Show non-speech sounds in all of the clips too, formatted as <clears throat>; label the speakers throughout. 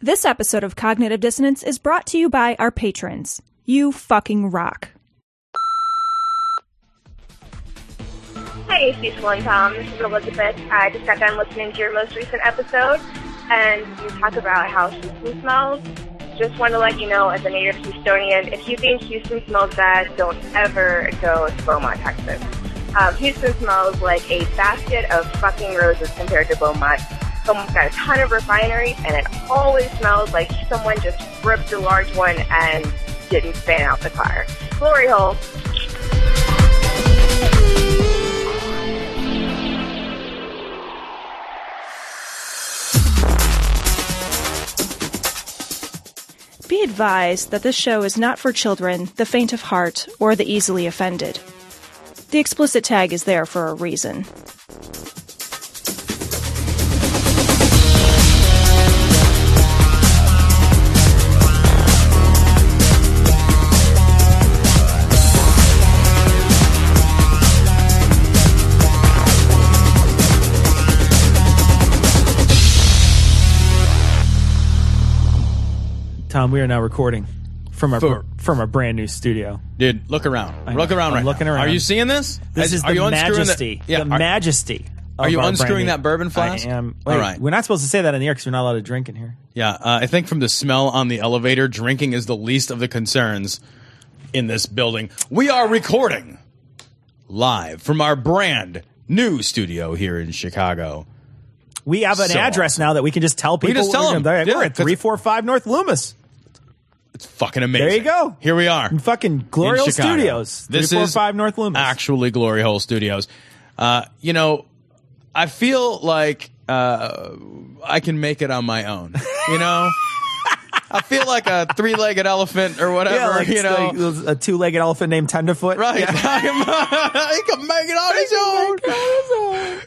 Speaker 1: This episode of Cognitive Dissonance is brought to you by our patrons. You fucking rock.
Speaker 2: Hi, AC Swollen Tom. This is Elizabeth. I just got done listening to your most recent episode, and you talk about how Houston smells. Just want to let you know, as a native Houstonian, if you think Houston smells bad, don't ever go to Beaumont, Texas. Um, Houston smells like a basket of fucking roses compared to Beaumont. Someone's got a ton of refineries, and it always smells like someone just ripped a large one and didn't fan out the car. Glory hole.
Speaker 1: Be advised that this show is not for children, the faint of heart, or the easily offended. The explicit tag is there for a reason.
Speaker 3: Tom, we are now recording from our
Speaker 4: For-
Speaker 3: from our brand new studio.
Speaker 4: Dude, look around.
Speaker 3: I
Speaker 4: Look
Speaker 3: know.
Speaker 4: around
Speaker 3: I'm
Speaker 4: right
Speaker 3: looking
Speaker 4: now.
Speaker 3: around.
Speaker 4: Are you seeing this?
Speaker 3: This is
Speaker 4: are you
Speaker 3: the
Speaker 4: unscrewing
Speaker 3: majesty.
Speaker 4: yeah,
Speaker 3: the
Speaker 4: are,
Speaker 3: majesty.
Speaker 4: are
Speaker 3: of
Speaker 4: you
Speaker 3: our brand
Speaker 4: unscrewing
Speaker 3: new-
Speaker 4: that bourbon flask?
Speaker 3: I am. Wait,
Speaker 4: All right.
Speaker 3: We're not supposed to say that in the air because we're not allowed to drink in here.
Speaker 4: yeah, uh, I think from the smell on the elevator, drinking is the least of the concerns in this building. We are recording live from our brand new studio here in Chicago.
Speaker 3: We have an
Speaker 4: So
Speaker 3: address
Speaker 4: awesome.
Speaker 3: now that we can just tell people.
Speaker 4: just tell
Speaker 3: we're,
Speaker 4: them.
Speaker 3: gonna-
Speaker 4: Yeah,
Speaker 3: we're at
Speaker 4: that's-
Speaker 3: three four five North Loomis.
Speaker 4: It's fucking amazing.
Speaker 3: There you go.
Speaker 4: Here we are.
Speaker 3: In fucking
Speaker 4: in
Speaker 3: Glory Hole
Speaker 4: Chicago.
Speaker 3: Studios.
Speaker 4: This
Speaker 3: three four
Speaker 4: is
Speaker 3: five North Loomis.
Speaker 4: Actually, Glory Hole Studios. Uh, you know, I feel like uh, I can make it on my own. You know, <laughs> I feel like a three-legged elephant or whatever.
Speaker 3: yeah, like,
Speaker 4: you know,
Speaker 3: like those- a two legged elephant named Tenderfoot.
Speaker 4: right? <laughs>
Speaker 3: Yeah.
Speaker 4: he can make it on his own.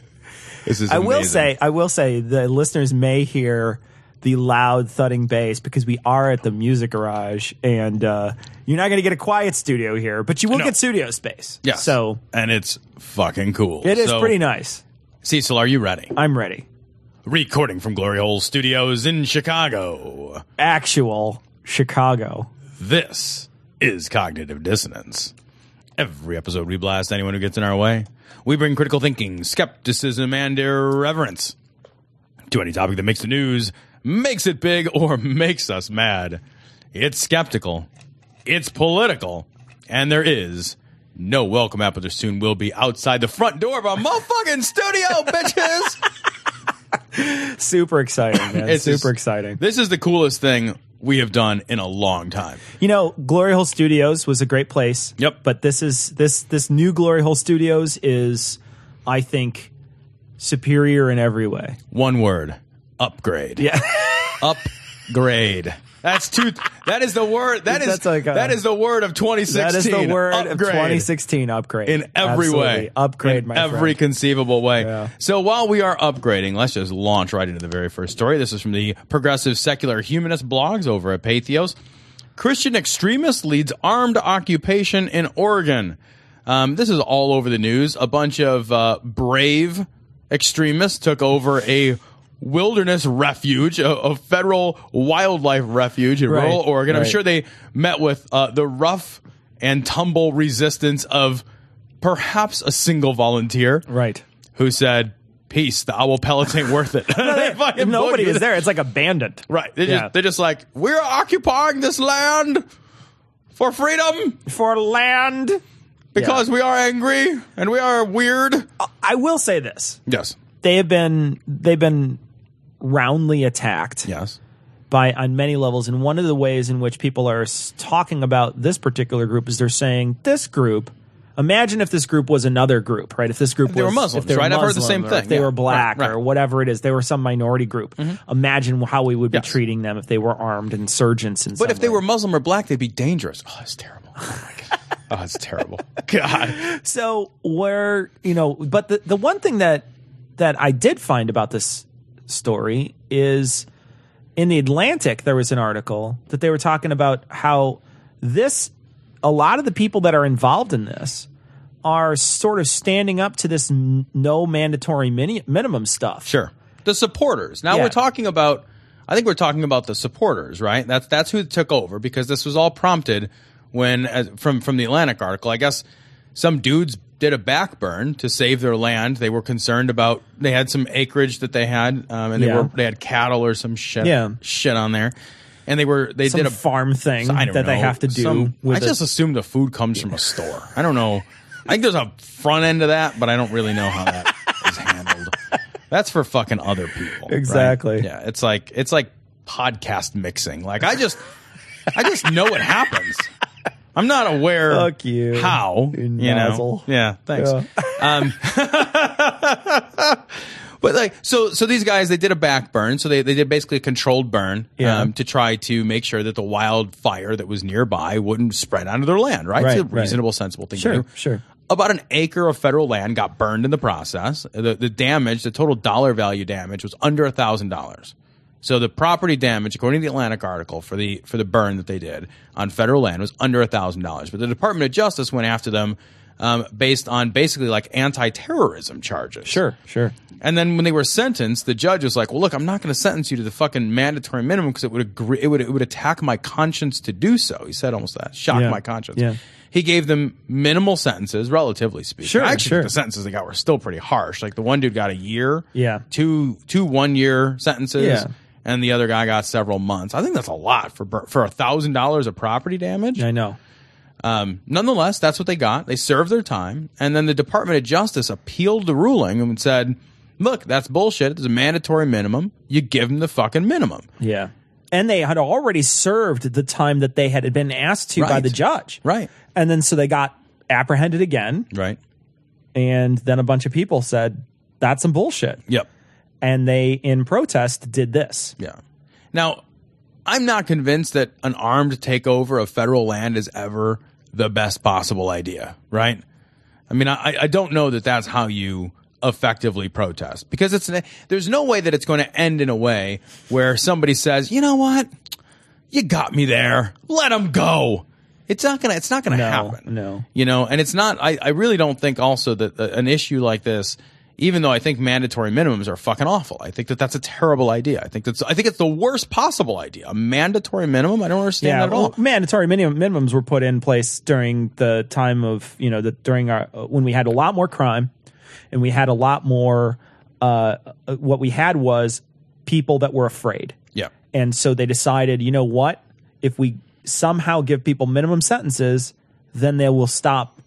Speaker 4: This is.
Speaker 3: I will
Speaker 4: amazing.
Speaker 3: say, I will say, the listeners may hear the loud thudding bass because we are at the music garage, and uh, you're not going to get a quiet studio here, but you will
Speaker 4: No.
Speaker 3: get studio space.
Speaker 4: Yes.
Speaker 3: So
Speaker 4: and it's fucking cool.
Speaker 3: it is
Speaker 4: So, <laughs>
Speaker 3: pretty nice.
Speaker 4: Cecil, are you ready?
Speaker 3: I'm ready.
Speaker 4: Recording from Glory Hole Studios in Chicago.
Speaker 3: Actual Chicago.
Speaker 4: This is Cognitive Dissonance. Every episode, we blast anyone who gets in our way. We bring critical thinking, skepticism, and irreverence to any topic that makes the news, makes it big, or <laughs> makes us mad. It's skeptical, it's political, and there is no welcome app, but there soon will be outside the front door of our motherfucking
Speaker 3: <laughs>
Speaker 4: studio, bitches!
Speaker 3: Super exciting, man.
Speaker 4: <laughs> It's
Speaker 3: Super
Speaker 4: just-
Speaker 3: exciting.
Speaker 4: This is the coolest thing we have done in a long time.
Speaker 3: You know, Glory Hole Studios was a great place.
Speaker 4: Yep.
Speaker 3: But this is this this new Glory Hole Studios is, I think, superior in every way.
Speaker 4: One word upgrade.
Speaker 3: Yeah.
Speaker 4: <laughs> upgrade. That's two. That is the word. That is
Speaker 3: That's like a-
Speaker 4: that is the word of 2016.
Speaker 3: That is the word of
Speaker 4: Upgrade.
Speaker 3: 2016 upgrade.
Speaker 4: in every
Speaker 3: Absolutely.
Speaker 4: way.
Speaker 3: Upgrade,
Speaker 4: in
Speaker 3: my
Speaker 4: every
Speaker 3: friend.
Speaker 4: conceivable way.
Speaker 3: Yeah.
Speaker 4: So while we are upgrading, let's just launch right into the very first story. This is from the Progressive Secular Humanist blogs over at Pathos. Christian extremist leads armed occupation in Oregon. Um, this is all over the news. A bunch of uh, brave extremists took over a wilderness refuge, a, a federal wildlife refuge in
Speaker 3: Right,
Speaker 4: rural Oregon. I'm
Speaker 3: right.
Speaker 4: sure they met with uh, the rough and tumble resistance of perhaps a single volunteer
Speaker 3: right.
Speaker 4: who said, "Peace, the owl pellets ain't worth
Speaker 3: <laughs>
Speaker 4: it." <laughs> They fucking
Speaker 3: Nobody
Speaker 4: boogied.
Speaker 3: was there. It's like abandoned.
Speaker 4: Right? They
Speaker 3: Yeah.
Speaker 4: just, they're just like, "We're occupying this land for freedom
Speaker 3: For land.
Speaker 4: because we are angry and we are weird."
Speaker 3: Uh, I will say this.
Speaker 4: Yes.
Speaker 3: They have been they've been roundly attacked
Speaker 4: Yes.
Speaker 3: by on many levels and one of the ways in which people are s- talking about this particular group is they're saying this group imagine if this group was another group right if this group
Speaker 4: If they
Speaker 3: was
Speaker 4: were Muslims,
Speaker 3: if they were
Speaker 4: right? I've heard the
Speaker 3: Muslim,
Speaker 4: same
Speaker 3: or if
Speaker 4: thing,
Speaker 3: they
Speaker 4: yeah.
Speaker 3: were black
Speaker 4: Right, right.
Speaker 3: or whatever it is they were some minority group imagine how we would be
Speaker 4: Yes.
Speaker 3: treating them if they were armed insurgents and
Speaker 4: But if they were Muslim or black, they'd be dangerous. Oh, it's terrible. Oh, my God. Oh, it's terrible. <laughs> God.
Speaker 3: so where you know but the, the one thing that that i did find about this story is in the atlantic there was an article that they were talking about how this a lot of the people that are involved in this are sort of standing up to this n- no mandatory mini- minimum stuff
Speaker 4: Sure. The supporters. Now
Speaker 3: Yeah.
Speaker 4: we're talking about. I I think we're talking about the supporters, right? That's that's who took over because this was all prompted when as, from from the Atlantic article. I guess some dudes did a backburn to save their land. They were concerned about they had some acreage that they had, um, and they
Speaker 3: Yeah.
Speaker 4: were they had cattle or some shit
Speaker 3: Yeah.
Speaker 4: shit on there, and they were they
Speaker 3: Some
Speaker 4: did a
Speaker 3: farm thing
Speaker 4: I
Speaker 3: that
Speaker 4: don't
Speaker 3: they
Speaker 4: know.
Speaker 3: have to do
Speaker 4: Some-
Speaker 3: with
Speaker 4: I
Speaker 3: it.
Speaker 4: just assume the food comes from a store. I don't know. I think there's a front end to that, but I don't really know how that is handled. That's for fucking other people. right?
Speaker 3: Exactly.
Speaker 4: Yeah. It's like it's like podcast mixing. Like I just I just know what happens. I'm not aware
Speaker 3: Fuck you,
Speaker 4: how.
Speaker 3: you
Speaker 4: You, know.
Speaker 3: nozzle.
Speaker 4: Yeah, thanks.
Speaker 3: Yeah.
Speaker 4: Um But like so so these guys they did a back burn, so they, they did basically a controlled burn
Speaker 3: Yeah.
Speaker 4: um, to try to make sure that the wildfire that was nearby wouldn't spread onto their land, right?
Speaker 3: Right,
Speaker 4: it's a
Speaker 3: right.
Speaker 4: reasonable, sensible thing
Speaker 3: Sure,
Speaker 4: to do.
Speaker 3: sure.
Speaker 4: About an acre of federal land got burned in the process. The the damage, the total dollar value damage was under a thousand dollars. So the property damage, according to the Atlantic article, for the for the burn that they did on federal land was under thousand dollars. But the Department of Justice went after them um, based on basically like anti-terrorism charges.
Speaker 3: Sure, sure.
Speaker 4: And then when they were sentenced, the judge was like, "Well, look, I'm not going to sentence you to the fucking mandatory minimum because it would agree, it would it would attack my conscience to do so." He said almost that, shock
Speaker 3: Yeah.
Speaker 4: my conscience.
Speaker 3: Yeah.
Speaker 4: He gave them minimal sentences, relatively speaking.
Speaker 3: Sure,
Speaker 4: actually,
Speaker 3: sure.
Speaker 4: the sentences they got were still pretty harsh. Like the one dude got a year,
Speaker 3: Yeah.
Speaker 4: two two one year sentences,
Speaker 3: Yeah.
Speaker 4: and the other guy got several months. I think that's a lot for bur- for a thousand dollars of property damage.
Speaker 3: I know.
Speaker 4: Um, nonetheless, that's what they got. They served their time, and then the Department of Justice appealed the ruling and said, "Look, that's bullshit. It's a mandatory minimum. You give them the fucking minimum."
Speaker 3: Yeah. And they had already served the time that they had been asked to by
Speaker 4: Right.
Speaker 3: the judge.
Speaker 4: Right.
Speaker 3: And then so they got apprehended again.
Speaker 4: Right.
Speaker 3: And then a bunch of people said, that's some bullshit.
Speaker 4: Yep.
Speaker 3: And they, in protest, did this.
Speaker 4: Yeah. Now, I'm not convinced that an armed takeover of federal land is ever the best possible idea, right? I mean, I, I don't know that that's how you effectively protest because it's there's no way that it's going to end in a way where somebody says, you know what, you got me there, let them go. It's not gonna. It's not gonna
Speaker 3: No,
Speaker 4: happen.
Speaker 3: no.
Speaker 4: you know, and it's not. I, I really don't think also that uh, an issue like this, even though I think mandatory minimums are fucking awful. I think that that's a terrible idea. I think that's. I think it's the worst possible idea. A mandatory minimum. I don't understand that at all.
Speaker 3: well, mandatory minimum, minimums were put in place during the time of you know the during our uh, when we had a lot more crime, and we had a lot more. Uh, uh, what we had was people that were afraid.
Speaker 4: Yeah.
Speaker 3: and so they decided, you know what? If we somehow give people minimum sentences, then they will stop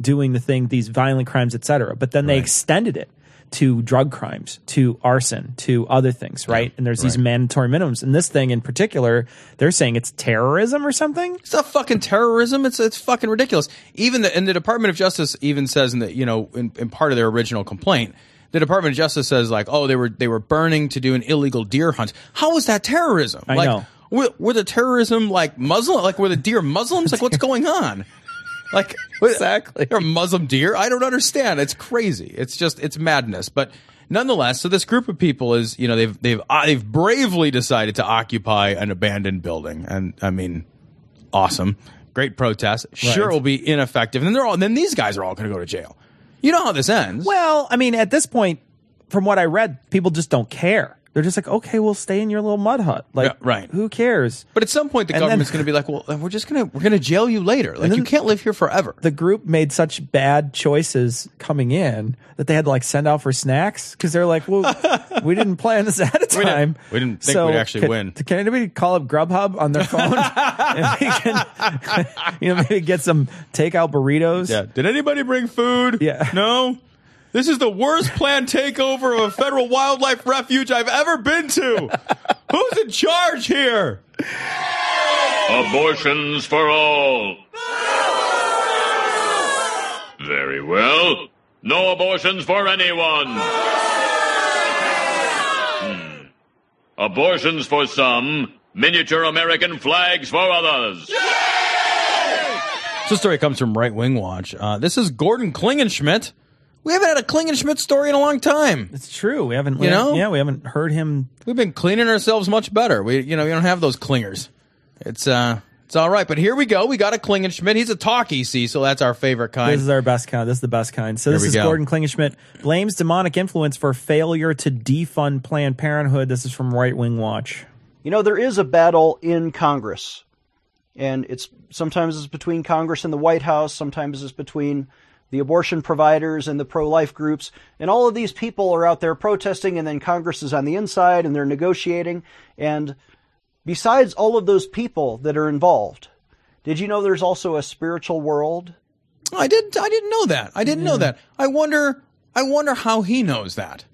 Speaker 3: doing the thing, these violent crimes, etc. But then they extended it to drug crimes, to arson, to other things, right? and there's these mandatory minimums. And this thing in particular, they're saying it's terrorism or something.
Speaker 4: It's not fucking terrorism. It's it's fucking ridiculous. Even the and the Department of Justice even says in the you know in, in part of their original complaint, the Department of Justice says like, oh, they were they were burning to do an illegal deer hunt. How is that terrorism? I like,
Speaker 3: know.
Speaker 4: Were, were the terrorism like Muslim? Like were the deer Muslims? Like
Speaker 3: <laughs>
Speaker 4: what's going on? Like <laughs> exactly, or Muslim deer? I don't understand. It's crazy. It's just it's madness. But nonetheless, so this group of people is you know they've they've uh, they've bravely decided to occupy an abandoned building, and I mean, awesome, great protest. Sure,
Speaker 3: Right.
Speaker 4: it will be ineffective. And then they're all then these guys are all going to go to jail. You know how this ends.
Speaker 3: Well, I mean, at this point, from what I read, people just don't care. They're just like, okay, we'll stay in your little mud hut. Like,
Speaker 4: Yeah, right.
Speaker 3: who cares?
Speaker 4: but at some point, the
Speaker 3: and then-
Speaker 4: government's going to be like, "Well, we're just going to we're going to jail you later. Like
Speaker 3: then-
Speaker 4: you can't live here forever."
Speaker 3: the group made such bad choices coming in that they had to like send out for snacks because they're
Speaker 4: <laughs>
Speaker 3: like, well, we didn't plan this ahead of
Speaker 4: didn't-
Speaker 3: time.
Speaker 4: we didn't think we'd actually
Speaker 3: can-
Speaker 4: win.
Speaker 3: Can anybody call up Grubhub on
Speaker 4: <laughs>
Speaker 3: their phone and we can, you know, <laughs> maybe get some takeout burritos?
Speaker 4: Yeah. Did anybody bring food?
Speaker 3: Yeah.
Speaker 4: No. This is the worst planned takeover of a federal wildlife refuge I've ever been
Speaker 3: <laughs>
Speaker 4: to. Who's in charge here?
Speaker 5: Abortions for all. Very well. No abortions for anyone. Hmm. Abortions for some, miniature American flags for others.
Speaker 4: This story comes from Right Wing Watch. Uh, this is Gordon Klingenschmidt. We haven't had a Klingenschmidt story in a long time.
Speaker 3: It's true. We haven't,
Speaker 4: You know?
Speaker 3: yeah, we haven't heard him.
Speaker 4: We've been cleaning ourselves much better. We, you know, we don't have those clingers. It's uh, it's all right. But here we go. We got a Klingenschmidt. He's a talkie, see, so that's our favorite kind.
Speaker 3: This is our best kind. This is the best kind. So this
Speaker 4: we
Speaker 3: is
Speaker 4: go.
Speaker 3: Gordon Klingenschmidt blames demonic influence for failure to defund Planned Parenthood. This is from Right Wing Watch.
Speaker 6: You know, there is a battle in Congress, and it's sometimes it's between Congress and the White House, sometimes it's between the abortion providers and the pro-life groups, and all of these people are out there protesting, and then Congress is on the inside and they're negotiating. And besides all of those people that are involved, did you know there's also a spiritual world? Hmm.
Speaker 4: I didn't. I didn't know that. I didn't know that. I wonder. I wonder how he knows that.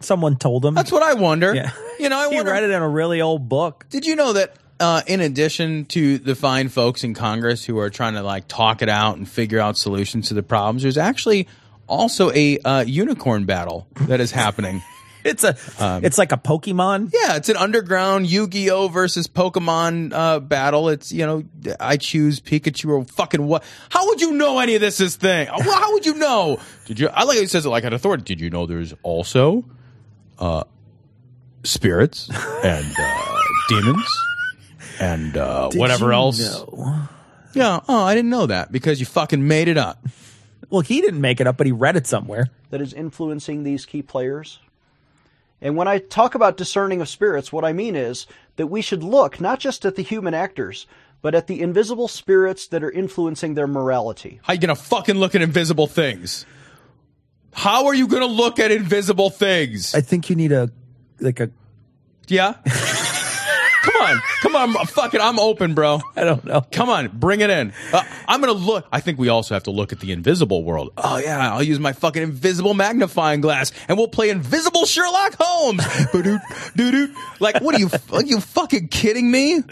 Speaker 3: Someone told him.
Speaker 4: That's what I wonder.
Speaker 3: Yeah.
Speaker 4: <laughs> You know, I
Speaker 3: he
Speaker 4: wonder.
Speaker 3: read it in a really old book.
Speaker 4: Did you know that? Uh, in addition to the fine folks in Congress who are trying to like talk it out and figure out solutions to the problems, there's actually also a uh, unicorn battle that is happening.
Speaker 3: <laughs>
Speaker 4: Um,
Speaker 3: It's a. it's like a Pokemon.
Speaker 4: Yeah, it's an underground Yu-Gi-Oh versus Pokemon uh, battle. It's you know I choose Pikachu or fucking what? How would you know any of this? This thing? Well, How would you know? Did you? I like how he says it like an authority. Did you know there's also uh, spirits and
Speaker 3: <laughs>
Speaker 4: uh, demons and uh, whatever
Speaker 3: you
Speaker 4: else?
Speaker 3: know?
Speaker 4: Yeah. Oh, I didn't know that because you fucking made it up.
Speaker 3: Well, he didn't make it up, but he read it somewhere.
Speaker 6: that is influencing these key players. And when I talk about discerning of spirits, what I mean is that we should look not just at the human actors, but at the invisible spirits that are influencing their morality.
Speaker 4: How you gonna fucking look at invisible things? How are you gonna look at invisible things?
Speaker 3: I think you need a like a.
Speaker 4: Yeah. come on, come on, I'm- fuck it, I'm open, bro.
Speaker 3: I don't know.
Speaker 4: Come on, bring it in. Uh, I'm gonna look. I think we also have to look at the invisible world. Oh yeah, I'll use my fucking invisible magnifying glass, and we'll play invisible Sherlock Holmes. <laughs> Ba-doot, doo-doot. like, what are you? Are you fucking kidding me?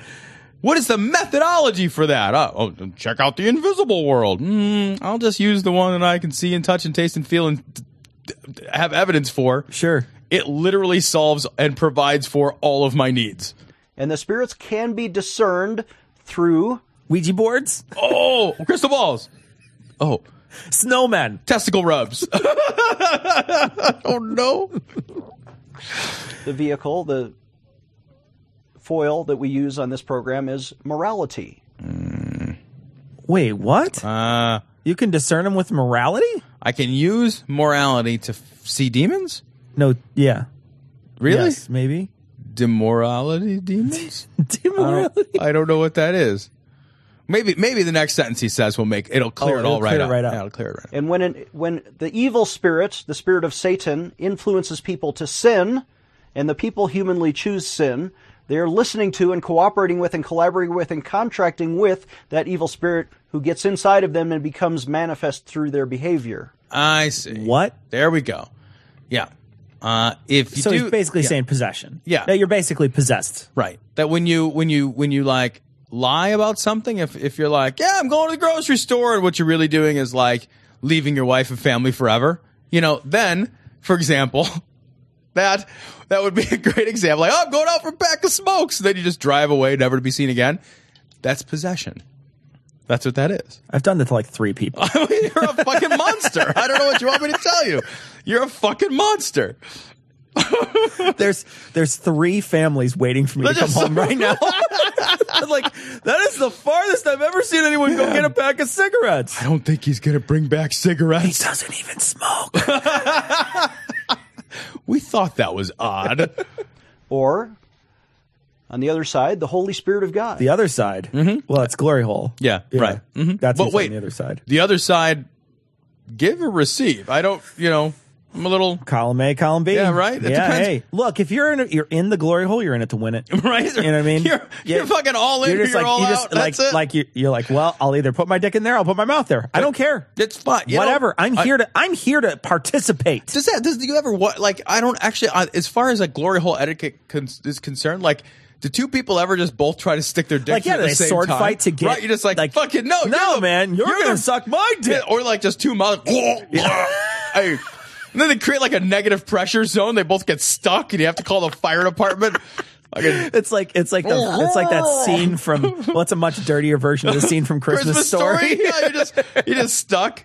Speaker 4: What is the methodology for that? Uh, oh, check out the invisible world. Mm, I'll just use the one that I can see and touch and taste and feel and t- t- have evidence for.
Speaker 3: Sure.
Speaker 4: It literally solves and provides for all of my needs.
Speaker 6: And the spirits can be discerned through
Speaker 3: Ouija boards,
Speaker 4: <laughs> Oh, crystal balls. Oh,
Speaker 3: snowmen.
Speaker 4: testicle <laughs> rubs. oh no.
Speaker 6: the vehicle, the foil that we use on this program is morality.
Speaker 3: Wait, what?
Speaker 4: Uh,
Speaker 3: you can discern them with morality?
Speaker 4: I can use morality to f- see demons.
Speaker 3: No. Yeah.
Speaker 4: Really?
Speaker 3: Yes, maybe. <laughs>
Speaker 4: Demorality demons.
Speaker 3: Demorality.
Speaker 4: I don't know what that is. Maybe maybe the next sentence he says will make it'll clear
Speaker 3: Oh,
Speaker 4: it all
Speaker 3: it'll clear it right up.
Speaker 4: Yeah, it'll clear it right up.
Speaker 6: And when an, when the evil spirit, the spirit of Satan, influences people to sin, and the people humanly choose sin, they are listening to and cooperating with and collaborating with and contracting with that evil spirit who gets inside of them and becomes manifest through their behavior.
Speaker 4: I see.
Speaker 3: What?
Speaker 4: There we go. Yeah. Uh, if you
Speaker 3: so
Speaker 4: do,
Speaker 3: he's basically
Speaker 4: yeah.
Speaker 3: saying possession.
Speaker 4: Yeah.
Speaker 3: That you're basically possessed.
Speaker 4: Right. That when you when you when you like lie about something, if if you're like, yeah, I'm going to the grocery store, and what you're really doing is like leaving your wife and family forever. You know, then for example, <laughs> that that would be a great example. Like, oh, I'm going out for a pack of smokes. Then you just drive away, never to be seen again. That's possession. That's what that is.
Speaker 3: I've done that to like three people.
Speaker 4: <laughs>
Speaker 3: <laughs>
Speaker 4: I mean, you're a fucking monster. I don't know what you want me to tell you. You're a fucking monster.
Speaker 3: there's there's three families waiting for me to
Speaker 4: That's
Speaker 3: come
Speaker 4: just-
Speaker 3: home
Speaker 4: <laughs>
Speaker 3: right now. <laughs> I'm like that is the farthest I've ever seen anyone go get a pack of cigarettes.
Speaker 4: I don't think he's gonna bring back cigarettes.
Speaker 3: doesn't even <laughs> smoke.
Speaker 4: <laughs> We thought that was odd.
Speaker 6: Or on the other side, the Holy Spirit of God.
Speaker 3: the other side. Well, it's glory hole.
Speaker 4: Mm-hmm. Yeah, right. Mhm.
Speaker 3: That's
Speaker 4: But
Speaker 3: what's
Speaker 4: wait.
Speaker 3: on the other side.
Speaker 4: the other side give or receive i don't you know i'm a little
Speaker 3: Column A, column B.
Speaker 4: Yeah, right? It
Speaker 3: yeah,
Speaker 4: depends.
Speaker 3: hey, look, if you're in, it, you're in the glory hole, you're in it to win it.
Speaker 4: <laughs> right
Speaker 3: You know what I mean?
Speaker 4: you're,
Speaker 3: Yeah.
Speaker 4: you're fucking all in you're,
Speaker 3: just like
Speaker 4: all
Speaker 3: you
Speaker 4: out
Speaker 3: just
Speaker 4: that's
Speaker 3: like
Speaker 4: it
Speaker 3: like you, you're like well I'll either put my dick in there I'll put my mouth there I don't care
Speaker 4: it's fine you know,
Speaker 3: whatever I'm
Speaker 4: I-
Speaker 3: here to I'm here to participate
Speaker 4: does that does do you ever what like i don't actually I, as far as like glory hole etiquette con- is concerned like do two people ever just both try to stick their dicks
Speaker 3: like yeah
Speaker 4: at the
Speaker 3: they
Speaker 4: same
Speaker 3: sword
Speaker 4: time?
Speaker 3: fight to get
Speaker 4: right you're just like, fucking no
Speaker 3: no
Speaker 4: you're the-
Speaker 3: man you're, gonna
Speaker 4: the-
Speaker 3: suck my dick
Speaker 4: Yeah, or like just two <laughs> mouths. hey. And then they create like a negative pressure zone. They both get stuck, and you have to call the fire
Speaker 3: <laughs>
Speaker 4: department. Fucking
Speaker 3: It's like it's like the, it's like that
Speaker 4: <laughs>
Speaker 3: scene from well, it's a much dirtier version of the scene from Christmas,
Speaker 4: Christmas story.
Speaker 3: Story.
Speaker 4: yeah, you're
Speaker 3: <laughs>
Speaker 4: just <laughs> you're just stuck.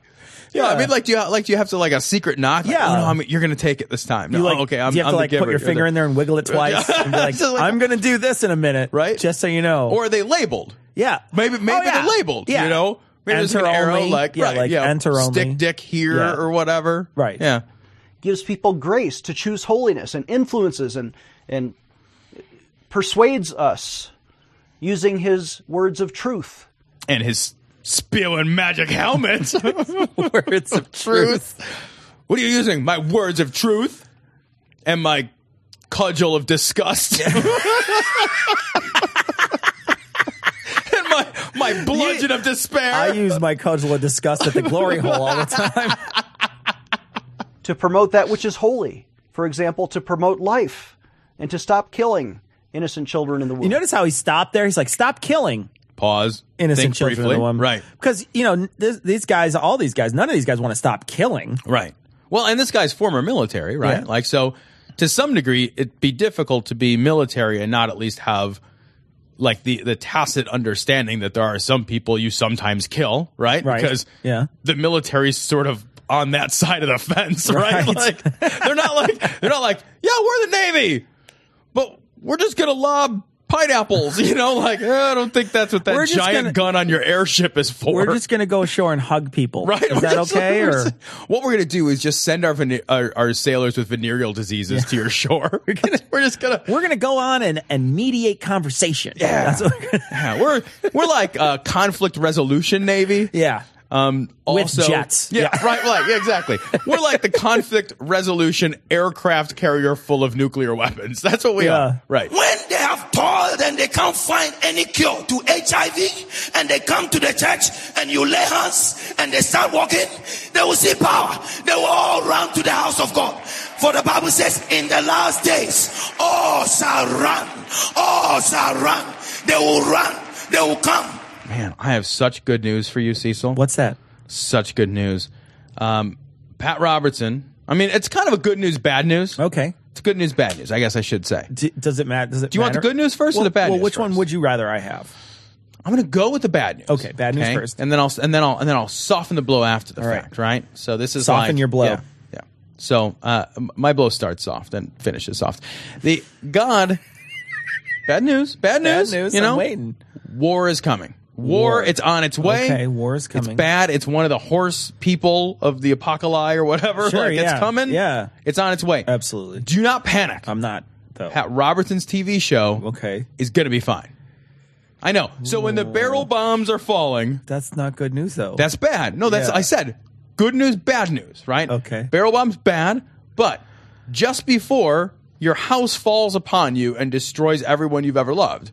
Speaker 4: Yeah, I
Speaker 3: Yeah.
Speaker 4: mean, like, do you like do you have to like a secret knock? Like,
Speaker 3: Yeah.
Speaker 4: oh, no, I'm, you're gonna take it this time. No,
Speaker 3: You like,
Speaker 4: oh, okay, I'm,
Speaker 3: you have
Speaker 4: I'm the
Speaker 3: to like put
Speaker 4: giver.
Speaker 3: your
Speaker 4: You're
Speaker 3: finger
Speaker 4: the-
Speaker 3: in there
Speaker 4: <laughs>
Speaker 3: and wiggle it twice. and be like,
Speaker 4: Just like-
Speaker 3: I'm gonna do this in a minute,
Speaker 4: Right?
Speaker 3: Just so you know.
Speaker 4: <laughs> Or are they labeled?
Speaker 3: yeah,
Speaker 4: Maybe maybe
Speaker 3: Oh, yeah.
Speaker 4: they're labeled.
Speaker 3: Yeah,
Speaker 4: you know, maybe there's
Speaker 3: enter
Speaker 4: an arrow
Speaker 3: only.
Speaker 4: like
Speaker 3: yeah,
Speaker 4: right,
Speaker 3: like
Speaker 4: yeah,
Speaker 3: enter only.
Speaker 4: stick dick here
Speaker 3: Yeah.
Speaker 4: or whatever.
Speaker 3: Right.
Speaker 4: Yeah.
Speaker 6: gives people grace to choose holiness and influences and and persuades us using his words of truth.
Speaker 4: and his spew and magic
Speaker 3: <laughs>
Speaker 4: helmet. <laughs>
Speaker 3: Words of
Speaker 4: truth. What are you using? My words of truth and my cudgel of disgust. and my
Speaker 3: <laughs>
Speaker 4: my bludgeon of despair.
Speaker 3: I use my cudgel
Speaker 4: <laughs>
Speaker 3: of disgust at the glory hole
Speaker 6: <laughs>
Speaker 3: all the time.
Speaker 6: to promote that which is holy. For example, to promote life and to stop killing innocent children in the womb.
Speaker 3: You notice how he stopped there? He's like, stop killing
Speaker 4: Pause.
Speaker 3: innocent
Speaker 4: think
Speaker 3: children.
Speaker 4: briefly.
Speaker 3: of the womb.
Speaker 4: Right.
Speaker 3: Because, you know, this, these guys, all these guys, none of these guys want to stop killing.
Speaker 4: Right. Well, and this guy's former military, right?
Speaker 3: Yeah.
Speaker 4: Like so to some degree it'd be difficult to be military and not at least have like the the tacit understanding that there are some people you sometimes kill, right?
Speaker 3: Right.
Speaker 4: Because
Speaker 3: Yeah.
Speaker 4: the military's sort of on that <laughs> side of the fence, right?
Speaker 3: Right.
Speaker 4: Like they're not like they're not like, yeah, we're the Navy, but we're just gonna lob pineapples, <laughs> you know? Like eh, I don't think that's what that
Speaker 3: We're just
Speaker 4: giant
Speaker 3: gonna-
Speaker 4: gun on your airship is for.
Speaker 3: We're just going to go ashore and hug people.
Speaker 4: Right?
Speaker 3: Is
Speaker 4: We're <laughs>
Speaker 3: that
Speaker 4: just-
Speaker 3: okay?
Speaker 4: we're
Speaker 3: Or
Speaker 4: just- what we're gonna do is just send our vene- our, our sailors with venereal diseases to your shore. <laughs> We're, gonna, <laughs> we're just gonna
Speaker 3: we're going to go on and, and mediate conversation.
Speaker 4: Yeah.
Speaker 3: <laughs> That's what we're gonna-
Speaker 4: <laughs> yeah, we're we're like uh, conflict resolution navy.
Speaker 3: yeah.
Speaker 4: Um,
Speaker 3: With
Speaker 4: also,
Speaker 3: jets.
Speaker 4: Yeah, right. Like yeah, exactly. We're like the conflict resolution aircraft carrier full of nuclear weapons. That's what we
Speaker 3: Yeah.
Speaker 4: are. Right.
Speaker 7: When they have toiled and they can't find any cure to HIV and they come to the church and you lay hands and they start walking, they will see power. They will all run to the house of God. For the Bible says, in the last days, all shall run. All shall run. They will run. They will come.
Speaker 4: Man, I have such good news for you, Cecil.
Speaker 3: What's that?
Speaker 4: such good news? Um, Pat Robertson. I mean, it's kind of a good news, bad news.
Speaker 3: Okay.
Speaker 4: It's good news, bad news. I guess I should say.
Speaker 3: D- does it matter? Does it
Speaker 4: Do you want the
Speaker 3: matter?
Speaker 4: good news first or
Speaker 3: well,
Speaker 4: the bad
Speaker 3: Well,
Speaker 4: news
Speaker 3: which one
Speaker 4: first?
Speaker 3: would you rather I have?
Speaker 4: I'm going to go with the bad news.
Speaker 3: Okay, bad news first.
Speaker 4: and then I'll and then I'll and then I'll soften the blow after the
Speaker 3: All right.
Speaker 4: fact. Right. So this is
Speaker 3: Soften
Speaker 4: like-
Speaker 3: your blow.
Speaker 4: Yeah. yeah. So uh, m- my blow starts soft and finishes soft. The God, bad news, bad news.
Speaker 3: Bad news.
Speaker 4: You
Speaker 3: I'm
Speaker 4: know,
Speaker 3: waiting.
Speaker 4: war is coming. War,
Speaker 3: War.
Speaker 4: it's on its way.
Speaker 3: Okay, war is coming.
Speaker 4: It's bad. It's one of the horse people of the apocalypse or whatever.
Speaker 3: Sure,
Speaker 4: like,
Speaker 3: yeah.
Speaker 4: It's coming.
Speaker 3: Yeah.
Speaker 4: It's on its way.
Speaker 3: Absolutely.
Speaker 4: Do not panic.
Speaker 3: I'm not, though.
Speaker 4: Pat Robertson's TV show
Speaker 3: okay.
Speaker 4: is going to be fine. I know. So when the barrel bombs are falling,
Speaker 3: That's not good news, though.
Speaker 4: that's bad. No, that's
Speaker 3: Yeah.
Speaker 4: I said good news, bad news, right?
Speaker 3: Okay.
Speaker 4: Barrel bombs bad, but just before your house falls upon you and destroys everyone you've ever loved,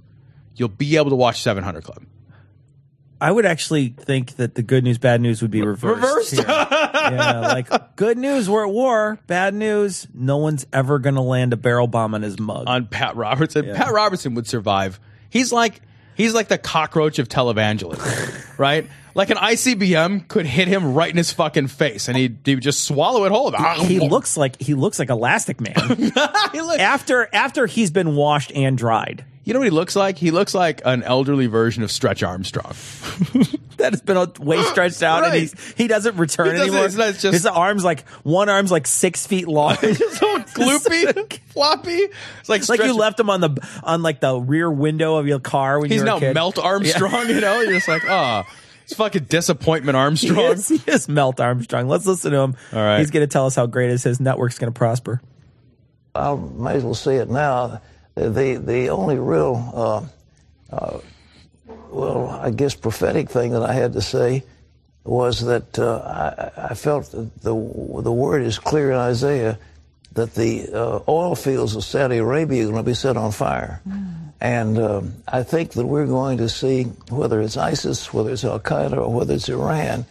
Speaker 4: you'll be able to watch 700 Club.
Speaker 3: I would actually think that the good news, bad news would be reversed.
Speaker 4: Reversed. <laughs>
Speaker 3: here. yeah, like good news, we're at war. Bad news, no one's ever going to land a barrel bomb on his mug.
Speaker 4: on Pat Robertson.
Speaker 3: Yeah.
Speaker 4: Pat Robertson would survive. He's like he's like the cockroach of
Speaker 3: <laughs>
Speaker 4: televangelism, right? Like an ICBM could hit him right in his fucking face, and he'd, he'd just swallow it whole. Ah.
Speaker 3: he looks like he looks like Elastic Man
Speaker 4: <laughs> He look-
Speaker 3: after after he's been washed and dried.
Speaker 4: you know what he looks like? He looks like an elderly version of Stretch Armstrong.
Speaker 3: <laughs> That has been uh, way stretched out, and
Speaker 4: Right.
Speaker 3: he's, he doesn't return
Speaker 4: He doesn't-
Speaker 3: anymore.
Speaker 4: it's not- it's just-
Speaker 3: his arms like one arm's like six feet <laughs> long.
Speaker 4: so gloopy, floppy. It's like
Speaker 3: It's like you
Speaker 4: Stretch-
Speaker 3: left him on the on like the rear window of your car when you
Speaker 4: He's
Speaker 3: were a
Speaker 4: now
Speaker 3: kid.
Speaker 4: Melt Armstrong. You know, you're just like ah. It's fucking
Speaker 3: <laughs>
Speaker 4: disappointment,
Speaker 3: He
Speaker 4: Armstrong.
Speaker 3: is, he is Melt Armstrong. Let's listen to him.
Speaker 4: All right.
Speaker 3: <laughs> He's going to tell us how great it is. His network's going to prosper.
Speaker 8: I might as well say it now. The the only real, uh, uh, well, I guess prophetic thing that I had to say was that uh, I, I felt that the the word is clear in Isaiah that the uh, oil fields of Saudi Arabia are going to be set on fire, and um, I think that we're going to see whether it's ISIS, whether it's Al Qaeda, or whether it's Iran,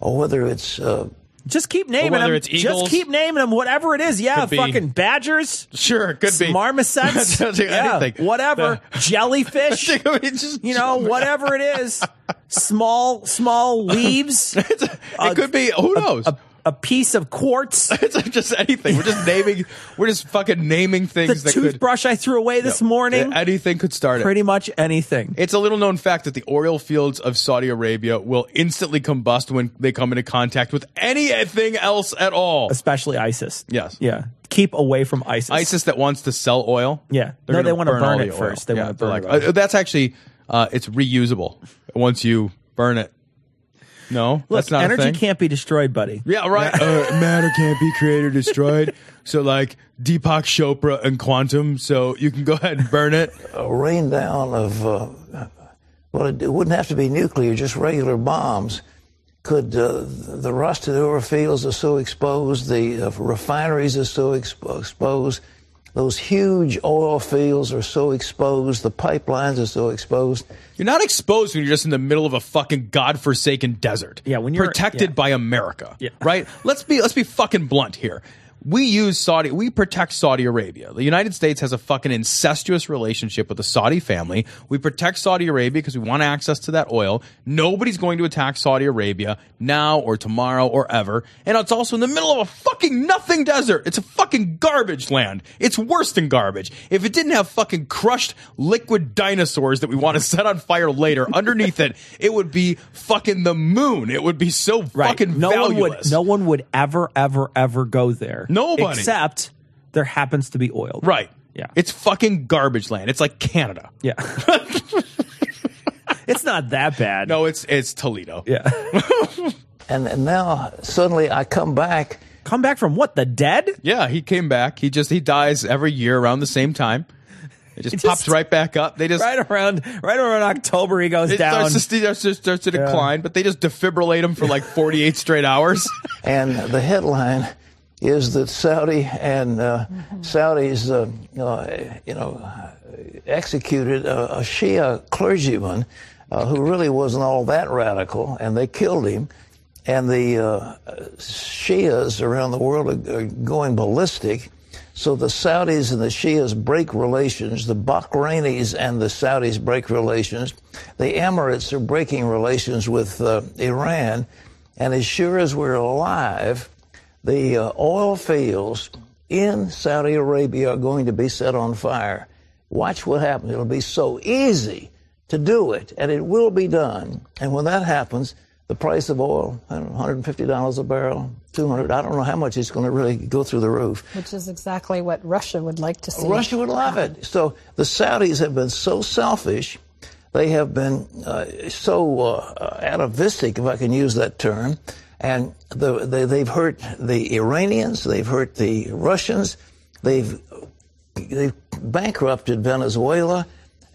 Speaker 8: or whether it's uh,
Speaker 3: Just keep naming
Speaker 4: whether
Speaker 3: them.
Speaker 4: it's Eagles.
Speaker 3: Just keep naming them. Whatever it is, yeah,
Speaker 4: Could be.
Speaker 3: fucking badgers,
Speaker 4: Sure, it could be <laughs>
Speaker 3: marmosets, yeah,
Speaker 4: anything.
Speaker 3: whatever,
Speaker 4: <laughs>
Speaker 3: jellyfish.
Speaker 4: It's just- <laughs>
Speaker 3: You know, whatever it is, small small leaves.
Speaker 4: it could be. Who knows?
Speaker 3: A, a piece of quartz.
Speaker 4: <laughs> It's just anything. We're
Speaker 3: <laughs>
Speaker 4: just naming. We're just fucking naming
Speaker 3: The
Speaker 4: things that
Speaker 3: toothbrush I threw away this
Speaker 4: could.
Speaker 3: morning.
Speaker 4: Anything could start it.
Speaker 3: Pretty much anything.
Speaker 4: It's a little known fact that the oil fields of Saudi Arabia will instantly combust when they come into contact with anything else at all.
Speaker 3: Especially ISIS.
Speaker 4: Yes.
Speaker 3: Yeah. Keep away from ISIS.
Speaker 4: ISIS that wants to sell oil.
Speaker 3: Yeah.
Speaker 4: They're
Speaker 3: No,
Speaker 4: gonna
Speaker 3: they wanna burn
Speaker 4: all
Speaker 3: it
Speaker 4: the oil.
Speaker 3: first. They
Speaker 4: Yeah,
Speaker 3: wanna
Speaker 4: they're
Speaker 3: burn it
Speaker 4: like,
Speaker 3: all.
Speaker 4: uh, That's actually uh, it's reusable once you burn it. No,
Speaker 3: Look,
Speaker 4: that's not a
Speaker 3: energy
Speaker 4: thing.
Speaker 3: can't be destroyed, buddy.
Speaker 4: Yeah, right. uh, matter can't be created or
Speaker 3: <laughs>
Speaker 4: destroyed. So, like Deepak Chopra and quantum, so you can go ahead and burn it.
Speaker 8: a rain down of, uh, well, it, it wouldn't have to be nuclear, just regular bombs. Could uh, the rust of the oil fields are so exposed, the uh, refineries are so expo- exposed, those huge oil fields are so exposed, the pipelines are so exposed.
Speaker 4: You're not exposed when you're just in the middle of a fucking godforsaken desert.
Speaker 3: Yeah, when you're-
Speaker 4: protected
Speaker 3: yeah.
Speaker 4: by America.
Speaker 3: Yeah. <laughs>
Speaker 4: Right? Let's be let's be fucking blunt here. We use Saudi we protect Saudi Arabia. The United States has a fucking incestuous relationship with the Saudi family. We protect Saudi Arabia because we want access to that oil. Nobody's going to attack Saudi Arabia now or tomorrow or ever. And it's also in the middle of a fucking nothing desert. It's a fucking garbage land. It's worse than garbage. If it didn't have fucking crushed liquid dinosaurs that we want to <laughs> set on fire later underneath it, it would be fucking the moon. It would be so
Speaker 3: Right.
Speaker 4: fucking
Speaker 3: no one
Speaker 4: valueless.
Speaker 3: would. No one would ever, ever, ever go there.
Speaker 4: Nobody.
Speaker 3: Except there happens to be oil.
Speaker 4: Right.
Speaker 3: Yeah.
Speaker 4: It's fucking garbage land. It's like Canada.
Speaker 3: Yeah. <laughs> it's not that bad.
Speaker 4: No, it's it's Toledo.
Speaker 3: Yeah.
Speaker 8: And, and now suddenly I come back.
Speaker 3: Come back from what? The dead?
Speaker 4: Yeah, he came back. He just he dies every year around the same time. It just,
Speaker 3: <laughs> It
Speaker 4: pops
Speaker 3: just-
Speaker 4: right back up. They just
Speaker 3: Right around, right around October, he goes
Speaker 4: it
Speaker 3: down.
Speaker 4: starts to, starts to, starts to decline, but they just defibrillate him for like 48 straight
Speaker 3: <laughs>
Speaker 4: hours.
Speaker 8: And the headline is that Saudi and uh, Saudis, uh, uh, you know, executed a, a Shia clergyman uh, who really wasn't all that radical, and they killed him. And the uh, Shias around the world are, are going ballistic. So the Saudis and the Shias break relations. The Bahrainis and the Saudis break relations. The Emirates are breaking relations with uh, Iran. And as sure as we're alive, the uh, oil fields in Saudi Arabia are going to be set on fire. Watch what happens. It'll be so easy to do it, and it will be done. And when that happens, the price of oil, I don't know, $150 a barrel, 200 I don't know how much it's going to really go through the roof.
Speaker 9: which is exactly what Russia would like to see.
Speaker 8: Russia would love it. So the Saudis have been so selfish. They have been uh, so uh, atavistic, if I can use that term. And the, they, they've hurt the Iranians. They've hurt the Russians. They've, they've bankrupted Venezuela.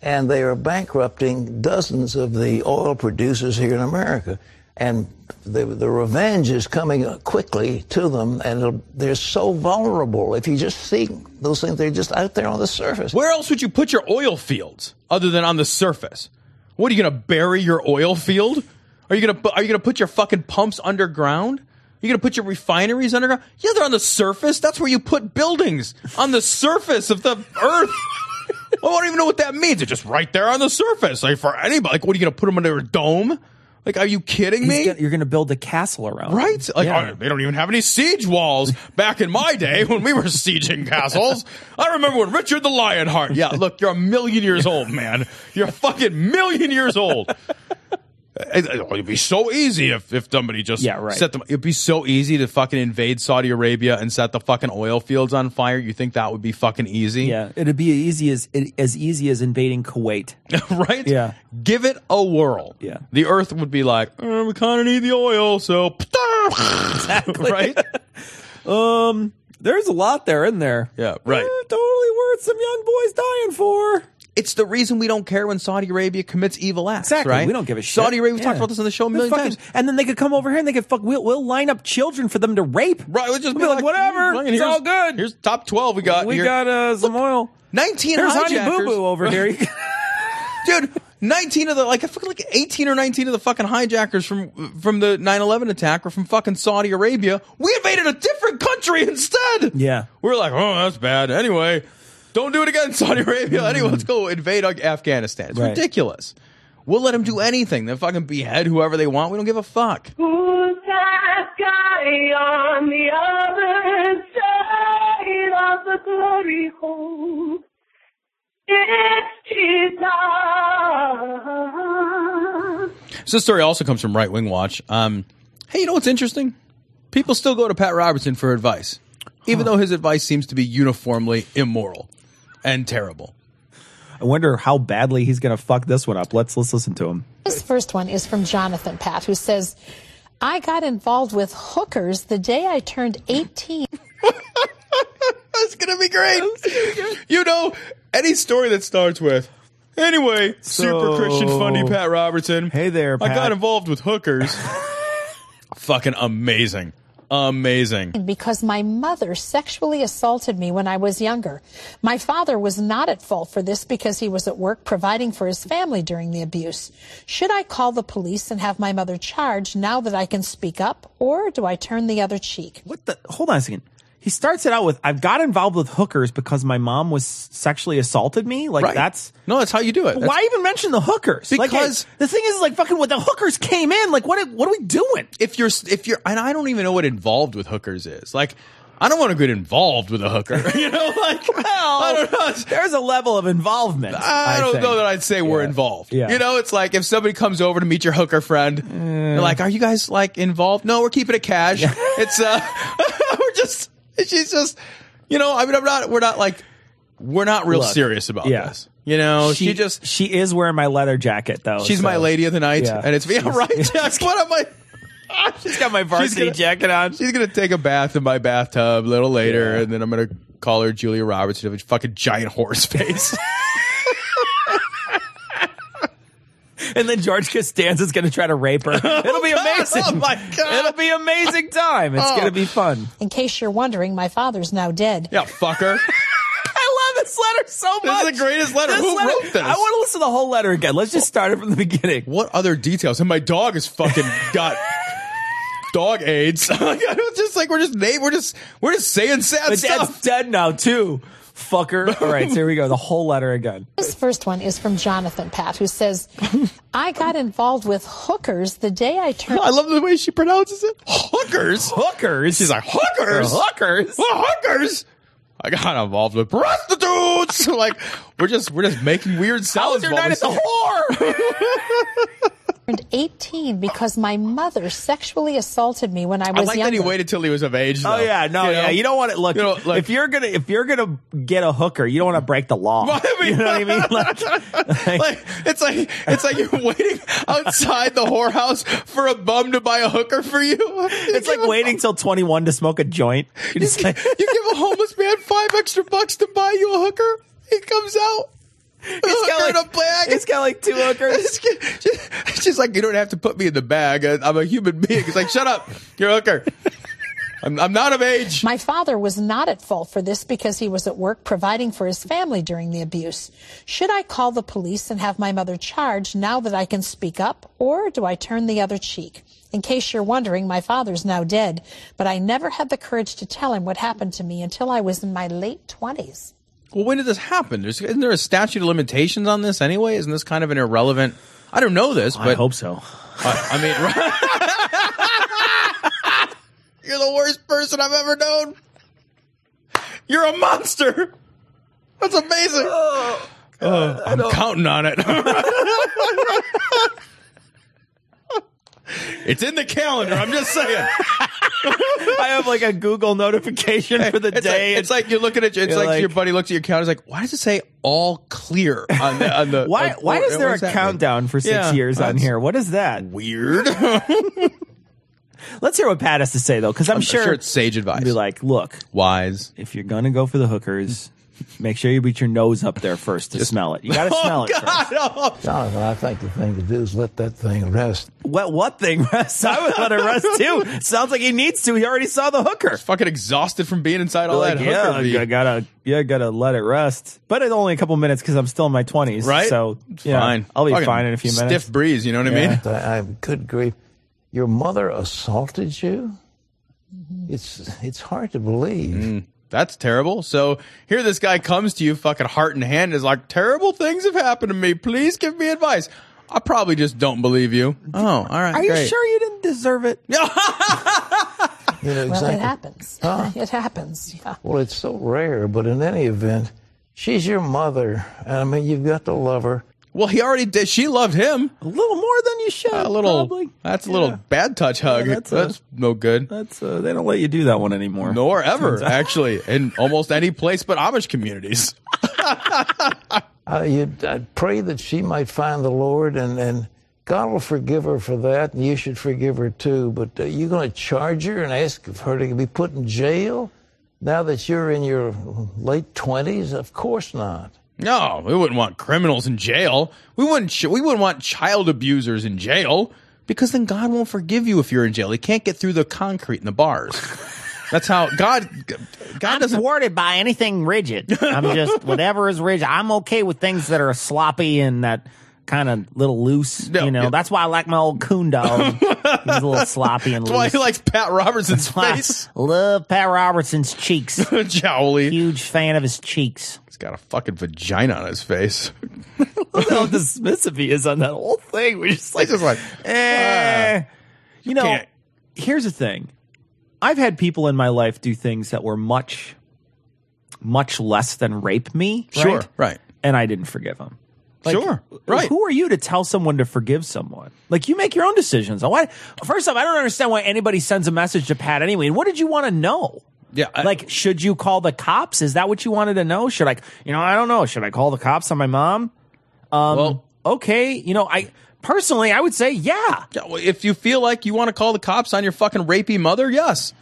Speaker 8: And they are bankrupting dozens of the oil producers here in America. And the, the revenge is coming quickly to them. And it'll- they're so vulnerable. If you just see those things, they're just out there on the surface.
Speaker 4: Where else would you put your oil fields other than on the surface? What are you going to bury your oil field? Are you going to are you going to put your fucking pumps underground? Are you going to put your refineries underground? Yeah, they're on the surface. That's where you put buildings on the surface of the earth. <laughs> I don't even know what that means. They're just right there on the surface. Like for anybody, like what are you going to put them under a dome? Like, are you kidding
Speaker 3: He's
Speaker 4: me?
Speaker 3: gonna- you're going to build a castle around. him.
Speaker 4: Right? Like,
Speaker 3: Yeah.
Speaker 4: oh, they don't even have any siege walls back in my day when we were sieging castles. I remember when Richard the Lionheart.
Speaker 3: <laughs>
Speaker 4: Yeah, look, you're a million years old, man. You're a fucking million years old. It, would be so easy if, if somebody just
Speaker 3: Yeah, right.
Speaker 4: set them. It'd be so easy to fucking invade Saudi Arabia and set the fucking oil fields on fire. You think that would be fucking easy?
Speaker 3: Yeah. It'd be easy as as easy as invading Kuwait.
Speaker 4: <laughs> right?
Speaker 3: Yeah.
Speaker 4: Give it a whirl.
Speaker 3: Yeah.
Speaker 4: The earth would be like, "Uh, we kind of need the oil, so. <laughs> Exactly. right?
Speaker 3: <laughs> Um, there's a lot there in there.
Speaker 4: Yeah, right.
Speaker 3: Eh, <laughs> totally worth some young boys dying for.
Speaker 4: It's the reason we don't care when Saudi Arabia commits evil acts.
Speaker 3: Exactly.
Speaker 4: Right?
Speaker 3: We don't give a shit.
Speaker 4: Saudi Arabia we've
Speaker 3: Yeah.
Speaker 4: talked about this on the show a
Speaker 3: They're
Speaker 4: million
Speaker 3: fucking-
Speaker 4: times.
Speaker 3: And then they could come over here and they could fuck. We'll, we'll line up children for them to rape.
Speaker 4: Right, we'll just
Speaker 3: We'll be like, whatever.
Speaker 4: fucking
Speaker 3: It's
Speaker 4: here's-
Speaker 3: all good.
Speaker 4: Here's top twelve. We got.
Speaker 3: we
Speaker 4: here.
Speaker 3: got uh, some oil.
Speaker 4: nineteen
Speaker 3: Here's Honey
Speaker 4: hijackers,
Speaker 3: Boo Boo over here.
Speaker 4: <laughs>
Speaker 3: <laughs>
Speaker 4: dude. Nineteen of the like, I feel like eighteen or nineteen of the fucking hijackers from from the 9-11 attack were from fucking Saudi Arabia. We invaded a different country instead.
Speaker 3: Yeah.
Speaker 4: we're like, oh, that's bad. Anyway, don't do it again, Saudi Arabia. Anyway, let's go invade Af- Afghanistan. It's
Speaker 3: Mm. Right.
Speaker 4: ridiculous. We'll let them do anything. They'll fucking behead whoever they want. We don't give a fuck.
Speaker 2: Who's that guy on the other side of the glory hole? It's Jesus.
Speaker 4: So this story also comes from Right Wing Watch. Um, hey, you know what's interesting? People still go to Pat Robertson for advice, even though his advice seems to be uniformly immoral and terrible.
Speaker 3: I wonder how badly he's going to fuck this one up. Let's let's listen to him.
Speaker 9: This first one is from Jonathan Pat, who says, I got involved with hookers the day I turned 18.
Speaker 4: <laughs> That's gonna be great. You know, any story that starts with anyway, super Christian funny Pat Robertson.
Speaker 3: Hey there,
Speaker 4: I got
Speaker 3: Pat.
Speaker 4: involved with
Speaker 3: <laughs>
Speaker 4: hookers. Fucking amazing. Amazing.
Speaker 9: because my mother sexually assaulted me when I was younger. My father was not at fault for this because he was at work providing for his family during the abuse. Should I call the police and have my mother charged now that I can speak up, or do I turn the other cheek?
Speaker 3: What the? Hold on a second. He starts it out with I've got involved with hookers because my mom was sexually assaulted me. Like
Speaker 4: Right.
Speaker 3: that's
Speaker 4: No, that's how you do it. That's-
Speaker 3: why even mention the hookers? Like,
Speaker 4: Because-
Speaker 3: I- the thing is, like fucking, when the hookers came in, like what? What are we doing?
Speaker 4: if you're if you're and I don't even know what involved with hookers is. Like I don't want to get involved with a hooker. <laughs> You know,
Speaker 3: <laughs>
Speaker 4: like I don't know. It's-
Speaker 3: There's a level of involvement.
Speaker 4: I, don't
Speaker 3: think.
Speaker 4: know that I'd say we're involved.
Speaker 3: Yeah.
Speaker 4: You know, it's like if somebody comes over to meet your hooker friend, they're like, "Are you guys like involved?" No, we're keeping it cash. <laughs> It's uh, we're just she's just, you know, I mean, I'm not. We're not like we're not real
Speaker 3: Look,
Speaker 4: serious about
Speaker 3: yeah.
Speaker 4: this. You know, she, just
Speaker 3: she is wearing my leather jacket though.
Speaker 4: she's
Speaker 3: so-
Speaker 4: my lady of the night,
Speaker 3: Yeah.
Speaker 4: and it's yeah,
Speaker 3: She's-
Speaker 4: right.
Speaker 3: <laughs>
Speaker 4: Jack, what am I?
Speaker 3: She's got my varsity
Speaker 4: gonna-
Speaker 3: jacket on.
Speaker 4: She's gonna take a bath in my bathtub a little later, and then I'm gonna call her Julia Roberts. She'll have a fucking giant horse face.
Speaker 3: <laughs> And then George Costanza's going to try to
Speaker 4: <laughs>
Speaker 3: rape her. It'll be amazing.
Speaker 4: Oh,
Speaker 3: <laughs>
Speaker 4: my God. Oh.
Speaker 3: It'll be amazing time. It's going to be fun.
Speaker 9: In case you're wondering, my father's now dead.
Speaker 4: yeah, fucker.
Speaker 3: I love this letter so much.
Speaker 4: This is the greatest letter. Who <laughs> wrote this?
Speaker 3: I want to listen to the whole letter again. Let's just start it from the beginning.
Speaker 4: What other details? And my dog is
Speaker 3: <laughs>
Speaker 4: fucking got dog AIDS. <laughs> Like, I was just like we're just name we're just we're just saying sad
Speaker 3: But
Speaker 4: stuff.
Speaker 3: dad's dead now too.
Speaker 4: <laughs>
Speaker 3: Fucker. All right, so here we go. The whole letter again.
Speaker 9: This first one is from Jonathan Pat, who says, I got involved with hookers the day I turned.
Speaker 4: I love the way she pronounces it. Hookers.
Speaker 3: Hookers.
Speaker 4: She's like hookers.
Speaker 3: hookers.
Speaker 4: Well, hookers. I got involved with prostitutes. <laughs> like we're just we're just making weird
Speaker 3: How was
Speaker 4: sounds.
Speaker 3: your
Speaker 4: while
Speaker 3: night
Speaker 4: we
Speaker 3: at the
Speaker 4: say it.
Speaker 3: whore?
Speaker 9: <laughs> turned 18 because my mother sexually assaulted me when
Speaker 4: <laughs>
Speaker 9: I
Speaker 4: I
Speaker 9: was
Speaker 4: like
Speaker 9: younger.
Speaker 4: that he waited till he was of age.
Speaker 3: Oh
Speaker 4: though.
Speaker 3: yeah, no, yeah. You don't want to look,
Speaker 4: You know, like-
Speaker 3: if you're gonna if you're gonna get a hooker, you don't want to break the law.
Speaker 4: I mean-
Speaker 3: you know what I mean? Like,
Speaker 4: like it's like <laughs> it's like you're waiting outside the whorehouse for a bum to buy a hooker for you.
Speaker 3: it's like waiting till 21 to smoke a joint. You're just like,
Speaker 4: You give a homeless man five extra bucks to buy you a hooker. He comes
Speaker 3: <laughs>
Speaker 4: out. He's
Speaker 3: got
Speaker 4: got
Speaker 3: like-
Speaker 4: a bag.
Speaker 3: it's got like two
Speaker 4: <laughs>
Speaker 3: hookers.
Speaker 4: She's- She's like, you don't have to put me in the bag. I- I'm a human being. It's like, shut up. You're a hooker. <laughs> I'm, I'm not of age.
Speaker 9: My father was not at fault for this because he was at work providing for his family during the abuse. Should I call the police and have my mother charged now that I can speak up, or do I turn the other cheek? In case you're wondering, my father's now dead, but I never had the courage to tell him what happened to me until I was in my late 20s.
Speaker 4: Well, when did this happen? There's, isn't there a statute of limitations on this anyway? Isn't this kind of an irrelevant? I don't know this, but
Speaker 3: I hope so.
Speaker 4: I, I mean, <laughs> you're the worst person I've ever known. You're a monster. That's amazing.
Speaker 3: Oh,
Speaker 4: Uh, I'm counting on it. <laughs> it's in the calendar. I'm just saying.
Speaker 3: I have like a Google notification for the
Speaker 4: It's
Speaker 3: day.
Speaker 4: like, it's like you're looking at your, it's
Speaker 3: You're
Speaker 4: like,
Speaker 3: like-
Speaker 4: your buddy looks at your calendar. It's like, why does it say all clear on the on the?
Speaker 3: why
Speaker 4: on-
Speaker 3: why
Speaker 4: what-
Speaker 3: is there a
Speaker 4: what's that mean?
Speaker 3: countdown for six
Speaker 4: Yeah,
Speaker 3: years on
Speaker 4: that's
Speaker 3: here? What is that?
Speaker 4: Weird.
Speaker 3: Let's hear what Pat has to say though, because I'm,
Speaker 4: I'm
Speaker 3: sure,
Speaker 4: sure, it's sage advice.
Speaker 3: be like, look,
Speaker 4: wise.
Speaker 3: if you're gonna go for the hookers, <laughs> make sure you put your nose up there first to smell it.
Speaker 4: <laughs>
Speaker 3: You gotta smell it. First.
Speaker 4: oh.
Speaker 8: Jonathan, I think the thing to do is let that thing rest.
Speaker 3: What what thing rests? I would let
Speaker 4: <laughs>
Speaker 3: it rest too. Sounds like he needs to. He already saw the hooker.
Speaker 4: fucking exhausted from being inside all
Speaker 3: Like,
Speaker 4: that
Speaker 3: yeah,
Speaker 4: hooker.
Speaker 3: I
Speaker 4: Yeah,
Speaker 3: gotta, yeah, I gotta let it rest. But it's only a couple minutes because I'm still in my twenties,
Speaker 4: right?
Speaker 3: So yeah,
Speaker 4: fine.
Speaker 3: I'll be
Speaker 4: Fucking
Speaker 3: fine in a few minutes.
Speaker 4: Stiff breeze, you know what I mean?
Speaker 8: I, I good grief. Your mother assaulted you?
Speaker 9: Mm-hmm.
Speaker 8: It's it's hard to believe.
Speaker 4: Mm. That's terrible. So here this guy comes to you fucking heart in hand and is like, terrible things have happened to me. Please give me advice. I probably just don't believe you. Oh, all right.
Speaker 3: Are you
Speaker 4: great.
Speaker 3: sure you didn't deserve it?
Speaker 8: You know
Speaker 9: Well,
Speaker 8: exactly.
Speaker 9: it happens. It happens. Yeah.
Speaker 8: Well, it's so rare, but in any event, she's your mother. And I mean, you've got to love her.
Speaker 4: Well, he already did. She loved him.
Speaker 3: A little more than you should.
Speaker 4: A little.
Speaker 3: probably.
Speaker 4: That's a little
Speaker 3: Yeah.
Speaker 4: bad touch hug.
Speaker 3: Yeah, that's
Speaker 4: that's
Speaker 3: a-
Speaker 4: no good.
Speaker 3: That's uh, they don't let you do that one anymore. <laughs>
Speaker 4: Nor ever, actually, in almost any place but Amish communities.
Speaker 8: I, Uh, you, I pray that she might find the Lord, and, and God will forgive her for that, and you should forgive her too. But uh, you're going to charge her and ask her to be put in jail now that you're in your late 20s? Of course not.
Speaker 4: No, we wouldn't want criminals in jail. We wouldn't. Sh- we wouldn't want child abusers in jail because then God won't forgive you if you're in jail. He can't get through the concrete and the bars. That's how God. God
Speaker 10: I'm
Speaker 4: doesn't.
Speaker 10: thwarted by
Speaker 4: <laughs>
Speaker 10: anything rigid. I'm just whatever is rigid. I'm okay with things that are sloppy and that kind of little loose.
Speaker 4: No,
Speaker 10: you know,
Speaker 4: yeah.
Speaker 10: that's why I like my old coon dog.
Speaker 4: <laughs>
Speaker 10: He's a little sloppy and
Speaker 4: That's why
Speaker 10: loose.
Speaker 4: he likes Pat Robertson's
Speaker 10: <laughs> That's why I
Speaker 4: face.
Speaker 10: love Pat Robertson's
Speaker 4: <laughs>
Speaker 10: cheeks.
Speaker 4: Jowly.
Speaker 3: <laughs>
Speaker 10: Huge fan of his cheeks.
Speaker 4: He's got a fucking vagina on his face.
Speaker 3: how dismissive he Oh, is on that whole thing. We just like,
Speaker 4: He's just like, uh,
Speaker 3: eh. you know,
Speaker 4: can't-
Speaker 3: here's the thing. I've had people in my life do things that were much, much less than rape me.
Speaker 4: sure,
Speaker 3: right?
Speaker 4: right,
Speaker 3: And I didn't forgive them.
Speaker 4: sure, right.
Speaker 3: Who are you to tell someone to forgive someone? Like you make your own decisions. Why? First off, I don't understand why anybody sends a message to Pat anyway. And what did you want to know?
Speaker 4: Yeah, I-
Speaker 3: like should you call the cops? Is that what you wanted to know? Should I? You know, I don't know. Should I call the cops on my mom? Um,
Speaker 4: Well-
Speaker 3: okay. You know, I personally, I would say yeah.
Speaker 4: Yeah, well, If you feel like you want to call the cops on your fucking rapey mother, yes.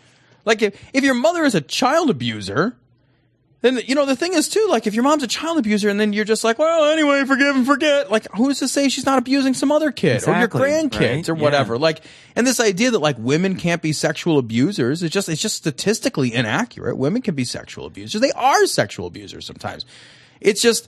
Speaker 4: Like if, if your mother is a child abuser, then you know the thing is too. Like if your mom's a child abuser, and then you're just like, well, anyway, forgive and forget. Like who's to say she's not abusing some other kid or your
Speaker 3: Exactly,
Speaker 4: grandkids
Speaker 3: right?
Speaker 4: or whatever? Like, and this idea that like women can't be sexual abusers is just it's just statistically inaccurate. Women can be sexual abusers. They are sexual abusers sometimes. It's just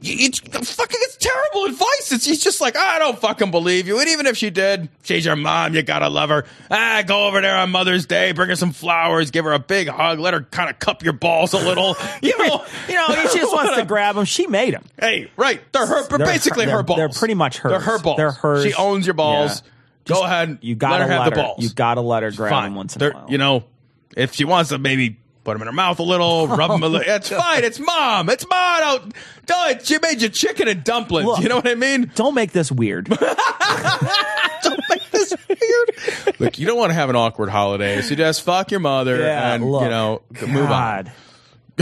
Speaker 4: it's fucking it's terrible advice. It's he's just like, "Ah, I don't fucking believe you. And even if she did, she's your mom, you gotta love her. Ah, go over there on Mother's Day, bring her some flowers, give her a big hug, let her kind of cup your balls a little. <laughs> you know,
Speaker 3: <laughs> You know, he just wants
Speaker 4: <laughs>
Speaker 3: to grab him. She made him.
Speaker 4: Hey, right. They're her they're
Speaker 3: They're
Speaker 4: basically
Speaker 3: her-
Speaker 4: her
Speaker 3: they're-
Speaker 4: balls.
Speaker 3: they're pretty much hers.
Speaker 4: They're her balls.
Speaker 3: They're hers.
Speaker 4: She owns your balls.
Speaker 3: Yeah.
Speaker 4: go ahead.
Speaker 3: You gotta
Speaker 4: let her have the
Speaker 3: her-
Speaker 4: balls.
Speaker 3: You gotta let her grab him once in
Speaker 4: They're-
Speaker 3: a while.
Speaker 4: You know, if she wants to, maybe put them in her mouth a
Speaker 3: <laughs>
Speaker 4: little, rub them a little. <laughs> It's fine. It's mom. It's mom. Don't, don't, she made you chicken and dumplings.
Speaker 3: Look.
Speaker 4: you know what I mean?
Speaker 3: Don't make this
Speaker 4: <laughs>
Speaker 3: weird.
Speaker 4: Look, you don't want to have an awkward holiday, so just fuck your mother
Speaker 3: Yeah,
Speaker 4: and
Speaker 3: look.
Speaker 4: you know move on.
Speaker 3: God.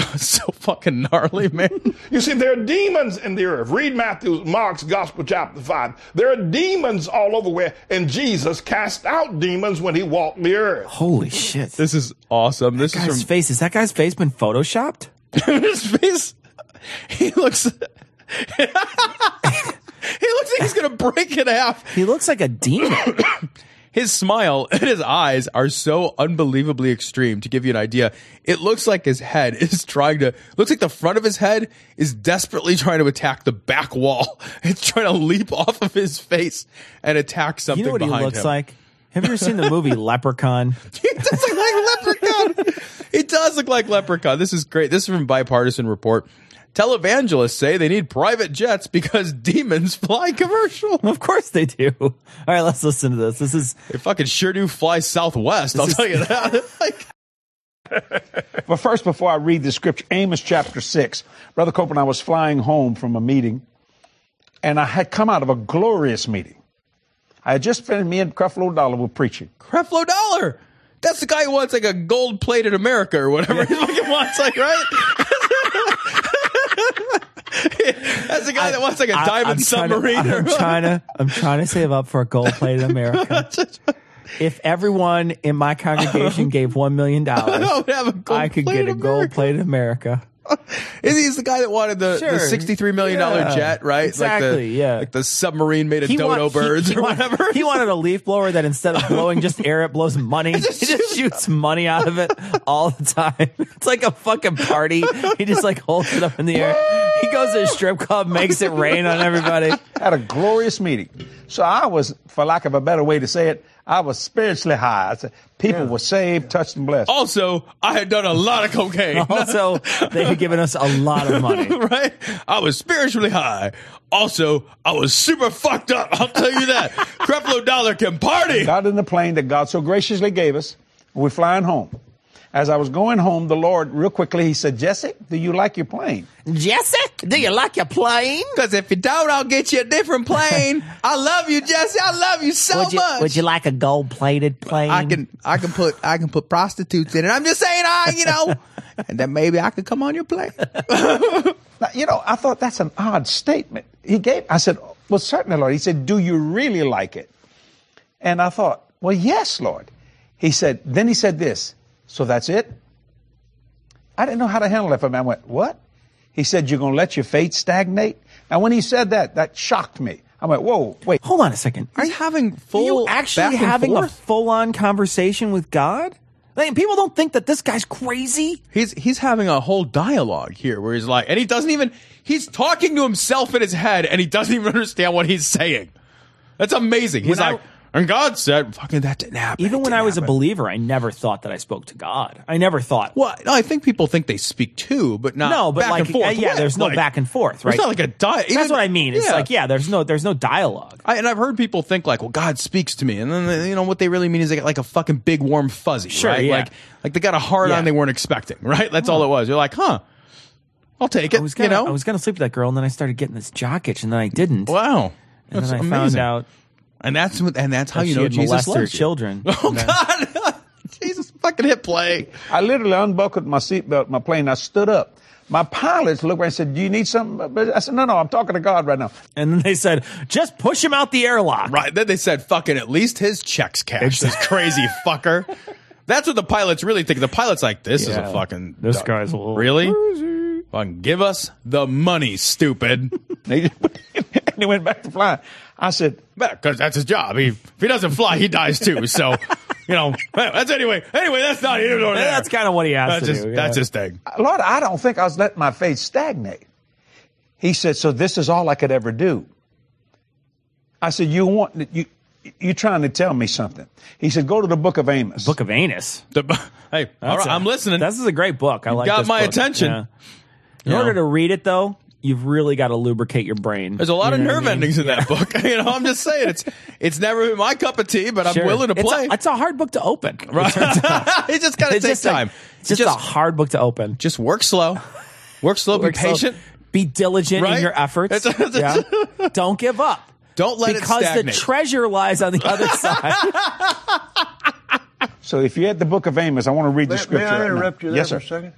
Speaker 4: <laughs> so fucking gnarly, man.
Speaker 11: You see, there are demons in the earth. Read Matthew, Mark's Gospel, chapter 5. There are demons all over where, and Jesus cast out demons when he walked the earth.
Speaker 3: Holy shit.
Speaker 4: this is awesome. This
Speaker 3: guy's
Speaker 4: is from
Speaker 3: face. Is that guy's face been photoshopped?
Speaker 4: his face. <laughs> He looks. he looks like he's gonna break in half.
Speaker 3: He looks like a demon.
Speaker 4: <coughs> His smile and his eyes are so unbelievably extreme. To give you an idea, it looks like his head is trying to. Looks like the front of his head is desperately trying to attack the back wall. It's trying to leap off of his face and attack something
Speaker 3: you know what he
Speaker 4: behind
Speaker 3: looks
Speaker 4: him.
Speaker 3: like? Have you ever seen
Speaker 4: <laughs>
Speaker 3: the movie Leprechaun?
Speaker 4: He does look like Leprechaun. It does look like Leprechaun. This is great. This is from Bipartisan Report. Televangelists say they need private jets because <laughs> demons fly commercial.
Speaker 3: Of course they do. All right, let's listen to this. This is
Speaker 4: They fucking sure do fly Southwest. I'll
Speaker 3: This is-
Speaker 4: tell you
Speaker 3: <laughs>
Speaker 4: that. Like,
Speaker 11: But first, before I read the scripture, Amos chapter 6. Brother Copeland, I was flying home from a meeting, and I had come out of a glorious meeting. I had just finished, me and Creflo Dollar were preaching.
Speaker 4: Creflo Dollar. That's the guy who wants like a gold plated America or whatever he fucking wants, like, right? <laughs> That's the guy that wants like a
Speaker 3: I-
Speaker 4: diamond
Speaker 3: I'm trying to-
Speaker 4: submarine or
Speaker 3: I'm
Speaker 4: <laughs>
Speaker 3: trying to I'm trying to save up for a gold plated America. If everyone in
Speaker 4: <laughs>
Speaker 3: my congregation gave one million
Speaker 4: I
Speaker 3: dollars,
Speaker 4: would have a gold
Speaker 3: I could get a gold plated America.
Speaker 4: Is he's the guy that wanted the,
Speaker 3: Sure.
Speaker 4: the sixty-three million dollar
Speaker 3: Yeah.
Speaker 4: jet, right? like the,
Speaker 3: Exactly, yeah.
Speaker 4: like the submarine made of dodo
Speaker 3: want-
Speaker 4: birds
Speaker 3: he- he
Speaker 4: or
Speaker 3: want-
Speaker 4: whatever.
Speaker 3: He wanted a leaf blower that instead of blowing just air, it
Speaker 4: <laughs>
Speaker 3: blows money. He
Speaker 4: just
Speaker 3: just shoots money out of it all the time. <laughs> It's like a fucking party. He just like holds it up in the air. He goes to a strip club, makes it rain on everybody.
Speaker 11: <laughs> had a glorious meeting. So I was, for lack of a better way to say it, I was spiritually high. I said, people were saved, touched, and blessed.
Speaker 4: also, I had done a lot of cocaine.
Speaker 10: <laughs>
Speaker 3: Also, they had given us a lot of money.
Speaker 4: <laughs> right? I was spiritually high. Also, I was super fucked up. <laughs> I'll tell you that. Creflo Dollar can party.
Speaker 11: Got in the plane that God so graciously gave us. We're flying home. As I was going home, the Lord, real quickly, He said, Jesse, do you like your plane?
Speaker 10: Jesse, do you like your plane?
Speaker 4: Because if you don't, I'll get you a different
Speaker 10: <laughs>
Speaker 4: plane. I love you, Jesse. I love you so
Speaker 10: would you
Speaker 4: much.
Speaker 10: would you like a gold plated plane?
Speaker 4: I can I can put I can
Speaker 11: <laughs>
Speaker 4: put prostitutes in it. I'm just saying I you know, and then maybe I could come on your plane.
Speaker 11: Now, you know, I thought that's an odd statement. He gave, I said, well, certainly, Lord. He said, do you really like it? And I thought, well, yes, Lord. He said, then he said this, so that's it? I didn't know how to handle it for a minute. I went, what? He said, you're going to let your faith stagnate? And when he said that, that shocked me. I went, whoa, wait.
Speaker 3: Hold on a second. Are you
Speaker 4: having
Speaker 3: Are you actually having a full on conversation with God? Like, people don't think that this guy's crazy.
Speaker 4: He's he's having a whole dialogue here where he's like, and he doesn't even he's talking to himself in his head, and he doesn't even understand what he's saying. That's amazing. He's
Speaker 3: When I-
Speaker 4: like, and God said, "Fucking that didn't happen."
Speaker 3: Even when I was a believer, I never thought that I spoke to God. I never thought.
Speaker 4: Well, no, I think people think they speak to, but not
Speaker 3: no, but
Speaker 4: back
Speaker 3: like,
Speaker 4: and forth.
Speaker 3: uh, yeah,
Speaker 4: with,
Speaker 3: there's no
Speaker 4: like-
Speaker 3: back and forth, right?
Speaker 4: It's not like a di-
Speaker 3: That's
Speaker 4: even-
Speaker 3: what I mean. It's
Speaker 4: yeah.
Speaker 3: like, yeah, there's no, there's no dialogue.
Speaker 4: I, and I've heard people think like, well, God speaks to me, and then they- you know what they really mean is they got like a fucking big warm fuzzy,
Speaker 3: Sure,
Speaker 4: right?
Speaker 3: yeah.
Speaker 4: Like, like they got a hard
Speaker 3: Yeah.
Speaker 4: on they weren't expecting, right? That's all it was. You're like, huh? I'll take it.
Speaker 3: I was gonna,
Speaker 4: you know,
Speaker 3: I was gonna sleep with that girl, and then I started getting this jock itch, and then I didn't.
Speaker 4: wow.
Speaker 3: And
Speaker 4: That's
Speaker 3: then I
Speaker 4: amazing.
Speaker 3: found out
Speaker 4: and that's what- and that's how
Speaker 3: that
Speaker 4: you
Speaker 3: she
Speaker 4: know
Speaker 3: had
Speaker 4: Jesus
Speaker 3: molested her
Speaker 4: loves you. <laughs>
Speaker 3: children.
Speaker 4: Oh God, Jesus, fucking hit play.
Speaker 11: I literally unbuckled my seatbelt in my plane. I stood up. My pilots looked around and said, Do you need something? But I said, No, no, I'm talking to God right now.
Speaker 3: And then they said, <laughs> just push him out the airlock.
Speaker 4: Right. Then they said, fucking at least his checks cashed. This
Speaker 3: <laughs>
Speaker 4: crazy fucker. That's what the pilots really think. The pilot's like, this is
Speaker 3: Yeah.
Speaker 4: a fucking.
Speaker 3: This guy's a little
Speaker 4: Really? Fucking give us the money,
Speaker 3: <laughs>
Speaker 4: stupid.
Speaker 11: And he went back to flying. I said,
Speaker 4: Because that's his job. He, if he doesn't fly, he dies too. So, you
Speaker 3: <laughs>
Speaker 4: know, <laughs> that's anyway. Anyway, that's not here nor
Speaker 3: Yeah,
Speaker 4: there.
Speaker 3: That's kind of what he has
Speaker 4: That's
Speaker 3: to
Speaker 4: his,
Speaker 3: do.
Speaker 4: that's
Speaker 3: yeah.
Speaker 4: his thing.
Speaker 11: Lord, I don't think I was letting my faith stagnate. He said, So this is all I could ever do. I said, You want, you, you're trying to tell me something. He said, Go to the book of Amos.
Speaker 3: Book of Anus.
Speaker 4: The, hey, all right,
Speaker 3: i
Speaker 4: I'm listening.
Speaker 3: This is a great book. I like
Speaker 4: got
Speaker 3: this
Speaker 4: my
Speaker 3: book.
Speaker 4: attention.
Speaker 3: Yeah. In
Speaker 4: You
Speaker 3: order
Speaker 4: know.
Speaker 3: to read it, though, you've really got to lubricate your brain.
Speaker 4: There's a lot
Speaker 3: You
Speaker 4: of
Speaker 3: know what I
Speaker 4: nerve
Speaker 3: mean?
Speaker 4: endings in that book. <laughs> You know, I'm just saying it's it's never been my cup of tea, but I'm
Speaker 3: Sure.
Speaker 4: willing to
Speaker 3: It's a-
Speaker 4: play.
Speaker 3: It's a, hard book to open. It
Speaker 4: Right. <laughs>
Speaker 3: turns out.
Speaker 4: it just gotta
Speaker 3: It's
Speaker 4: take
Speaker 3: just a-
Speaker 4: time.
Speaker 3: it's just, a hard book to open.
Speaker 4: just work slow. Work slow,
Speaker 3: Work
Speaker 4: be
Speaker 3: so-
Speaker 4: patient.
Speaker 3: Be diligent
Speaker 4: Right?
Speaker 3: in your efforts.
Speaker 4: It's- it's-
Speaker 3: Yeah. Don't give up.
Speaker 4: Don't let
Speaker 3: because
Speaker 4: it stagnate.
Speaker 3: the treasure lies on the
Speaker 4: <laughs>
Speaker 3: other side.
Speaker 11: So if you had the book of Amos, I want to read the
Speaker 12: May, may
Speaker 11: scripture.
Speaker 12: I
Speaker 11: right now.
Speaker 12: interrupt you there
Speaker 11: yes,
Speaker 12: for
Speaker 11: sir.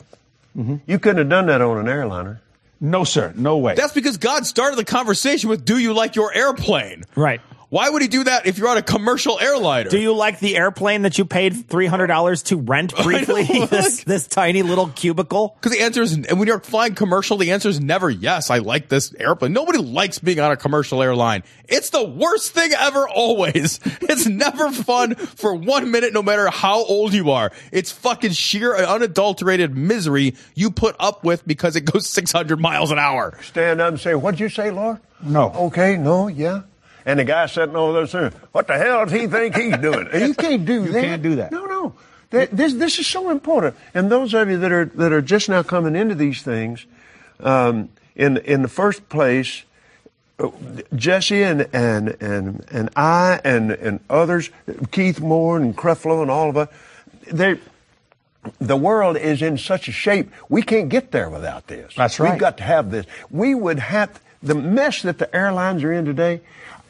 Speaker 12: a 2nd You couldn't have done that on an airliner.
Speaker 11: No, sir. No way.
Speaker 4: That's because God started the conversation with "Do you like your airplane?"
Speaker 3: right.
Speaker 4: Why would he do that if you're on a commercial airliner?
Speaker 3: Do you like the airplane that you paid three hundred dollars
Speaker 4: <laughs>
Speaker 3: to rent briefly? <laughs> this, this tiny little cubicle.
Speaker 4: because the answer is, and when you're flying commercial, the answer is never yes. I like this airplane. Nobody likes being on a commercial airline. It's the worst thing ever. Always, <laughs> it's never fun for one minute, no matter how old you are. It's fucking sheer and unadulterated misery you put up with because it goes 600 miles an hour.
Speaker 12: Stand up and say, What'd you say, Lord?
Speaker 11: No.
Speaker 12: Okay, no, yeah. And the guy sitting over there saying, What the hell does he think he's doing? <laughs> you can't do
Speaker 11: You
Speaker 12: that.
Speaker 11: can't do that.
Speaker 12: No, no. Th- This, this is so important. And those of you that are, that are just now coming into these things, um, in, in the first place, Jesse and and and and I and and others, Keith Moore and Creflo and all of us, they. The world is in such a shape we can't get there without this.
Speaker 11: That's right.
Speaker 12: We've got to have this. We would have the mess that the airlines are in today.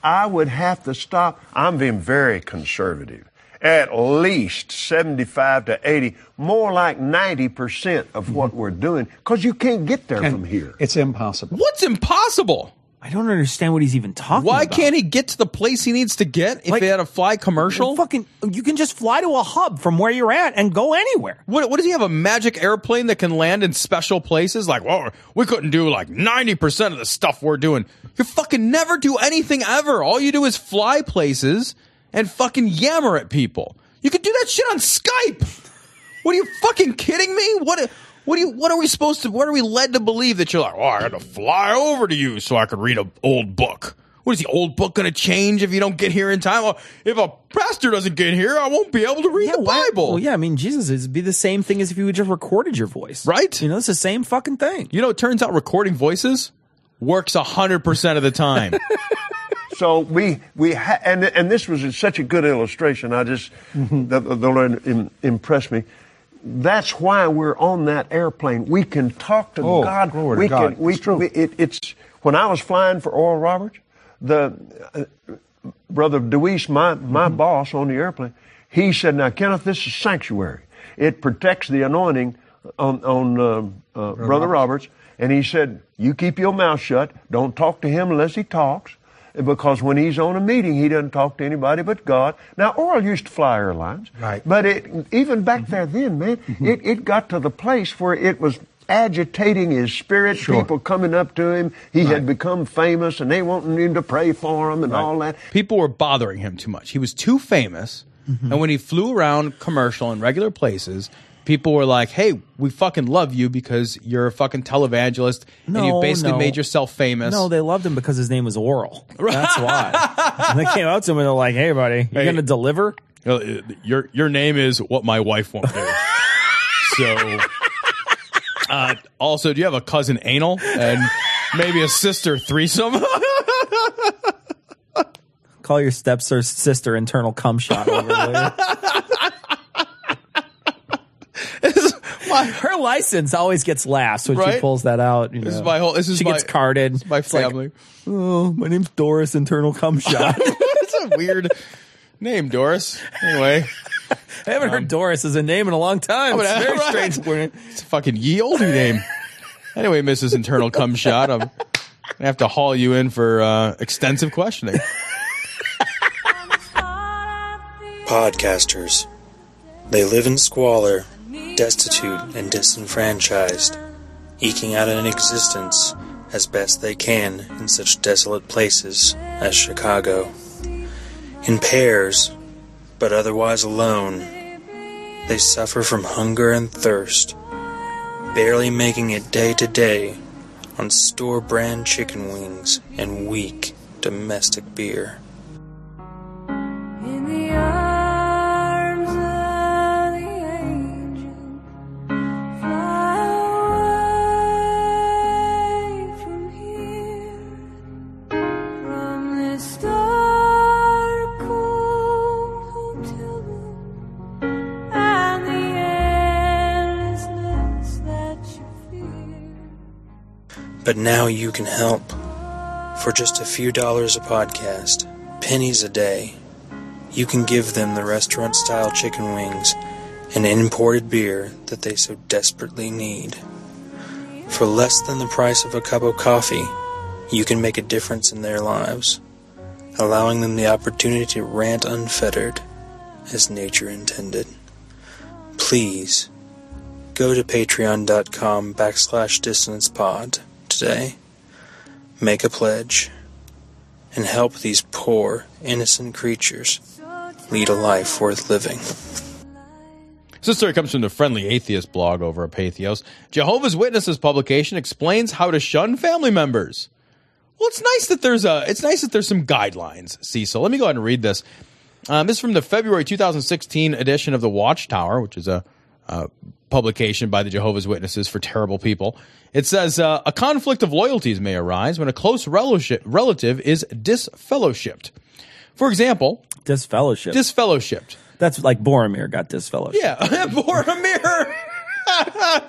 Speaker 12: I would have to stop. I'm being very conservative. At least 75 to 80, more like 90 percent of what we're doing, because you can't get there from here.
Speaker 11: Mm-hmm. It's impossible.
Speaker 4: What's impossible?
Speaker 3: I don't understand what he's even talking.
Speaker 4: Why
Speaker 3: about.
Speaker 4: can't he get to the place he needs to get if
Speaker 3: Like-
Speaker 4: he had a fly commercial?
Speaker 3: Fucking, you can just fly to a hub from where you're at and go anywhere.
Speaker 4: What, what does he have a magic airplane that can land in special places? Like, whoa, we couldn't do like 90% of the stuff we're doing. You fucking never do anything ever. All you do is fly places and fucking yammer at people. You could do that shit on Skype. What are you fucking kidding me? What what do you what are we supposed to what are we led to believe that you're like, oh, I had to fly over to you so I could read an old book. What is the old book going to change if you don't get here in time? Well, if a pastor doesn't get here, I won't be able to read the
Speaker 3: why-
Speaker 4: Bible.
Speaker 3: Well, yeah, I mean, Jesus is be the same thing as if you just recorded your voice,
Speaker 4: Right?
Speaker 3: You know, it's the same fucking thing.
Speaker 4: You know, it turns out recording voices works 100% of the time.
Speaker 3: <laughs>
Speaker 12: So we we ha- and and this was such a good illustration. I just
Speaker 11: Mm-hmm.
Speaker 12: the, the Lord im- impressed me. That's why we're on that airplane. We can talk to
Speaker 11: Oh,
Speaker 12: God.
Speaker 11: glory to
Speaker 12: we
Speaker 11: God.
Speaker 12: can. We,
Speaker 11: It's true.
Speaker 12: we- it, it's when I was flying for Oral Roberts, the uh, brother Deweese, my my
Speaker 11: Mm-hmm.
Speaker 12: boss on the airplane, he said, "Now Kenneth, this is sanctuary. It protects the anointing on on um, uh, brother Roberts." And he said, You keep your mouth shut. Don't talk to him unless he talks. Because when he's on a meeting, he doesn't talk to anybody but God. Now, oil used to fly airlines. Right. But it, even back there then, man, it, it got to the place where it was agitating his spirit. People coming up to him. He had become famous and they wanted him to pray for him and all that.
Speaker 4: People were bothering him too much. He was too famous.
Speaker 3: Mm-hmm.
Speaker 4: And when he flew around commercial in regular places, people were like, hey, we fucking love you because you're a fucking televangelist and you
Speaker 3: No,
Speaker 4: basically
Speaker 3: no.
Speaker 4: made yourself famous.
Speaker 3: No, they loved him because his name was Oral. That's why. And they came out to him and they're like, "Hey, buddy, you're gonna deliver."
Speaker 4: Uh, Your your name is what my wife won't
Speaker 3: <laughs>
Speaker 4: do. so, uh, also, do you have a cousin anal and maybe a sister threesome?
Speaker 3: Call your stepsister sister internal cum shot. Over
Speaker 4: <laughs>
Speaker 3: there. Her license always gets last when she
Speaker 4: Right?
Speaker 3: pulls that out. you
Speaker 4: This is
Speaker 3: know.
Speaker 4: my whole- this is
Speaker 3: she gets
Speaker 4: my-
Speaker 3: carded.
Speaker 4: this is my
Speaker 3: It's like,
Speaker 4: family.
Speaker 3: oh, my name's Doris. Internal
Speaker 4: <laughs>
Speaker 3: cum <laughs> shot.
Speaker 4: That's a weird name, Doris. Anyway,
Speaker 3: <laughs>
Speaker 4: Um,
Speaker 3: I haven't heard Doris as a name in a long time. It's very strange.
Speaker 4: <laughs> It's a fucking ye olde name. Anyway, Mrs. Internal Cum Shot, I'm gonna have to haul you in for uh, extensive questioning.
Speaker 13: Podcasters. They live in squalor, destitute and disenfranchised, eking out an existence as best they can in such desolate places as Chicago. In pairs, but otherwise alone, they suffer from hunger and thirst, barely making it day to day on store brand chicken wings and weak domestic beer.
Speaker 14: In the arms of the angel, fly away from here, from this dark, cold hotel room, and the endlessness that you
Speaker 13: But now you can help. For just a few dollars a podcast, pennies a day, you can give them the restaurant style chicken wings and imported beer that they so desperately need. For less than the price of a cup of coffee, you can make a difference in their lives, allowing them the opportunity to rant unfettered as nature intended. Please go to patreon.com backslash dissonance pod today make a pledge and help these poor innocent creatures lead a life worth living
Speaker 4: So this story comes from the Friendly Atheist blog over at Pathos. Jehovah's Witnesses publication explains how to shun family members. Well, it's nice that there's a it's nice that there's some guidelines, Cecil. Let me go ahead and read this. Um, this is from the February 2016 edition of the Watchtower, which is a uh, publication by the Jehovah's Witnesses for terrible people. It says uh, a conflict of loyalties may arise when a close relative relative is disfellowshipped. For example,
Speaker 3: disfellowshipped.
Speaker 4: Disfellowshipped.
Speaker 3: That's like Boromir got disfellowshipped. <laughs>
Speaker 4: Yeah, <laughs> Boromir. <laughs>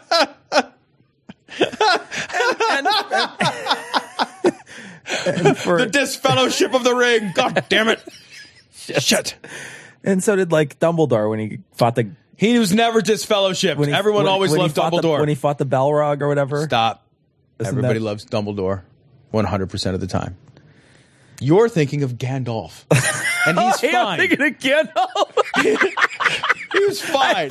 Speaker 4: the disfellowship of the ring. God damn it. <laughs> Shit.
Speaker 3: And so did like Dumbledore when he fought the.
Speaker 4: He was never disfellowshipped. Everyone always loved Dumbledore.
Speaker 3: when he fought the Balrog or whatever.
Speaker 4: Stop.
Speaker 3: Isn't
Speaker 4: Everybody
Speaker 3: that-
Speaker 4: loves Dumbledore 100% of the time. You're thinking of Gandalf. And <laughs> he's
Speaker 3: Oh, yeah, I'm
Speaker 4: fine.
Speaker 3: thinking of
Speaker 4: <laughs>
Speaker 3: Gandalf.
Speaker 4: he was fine.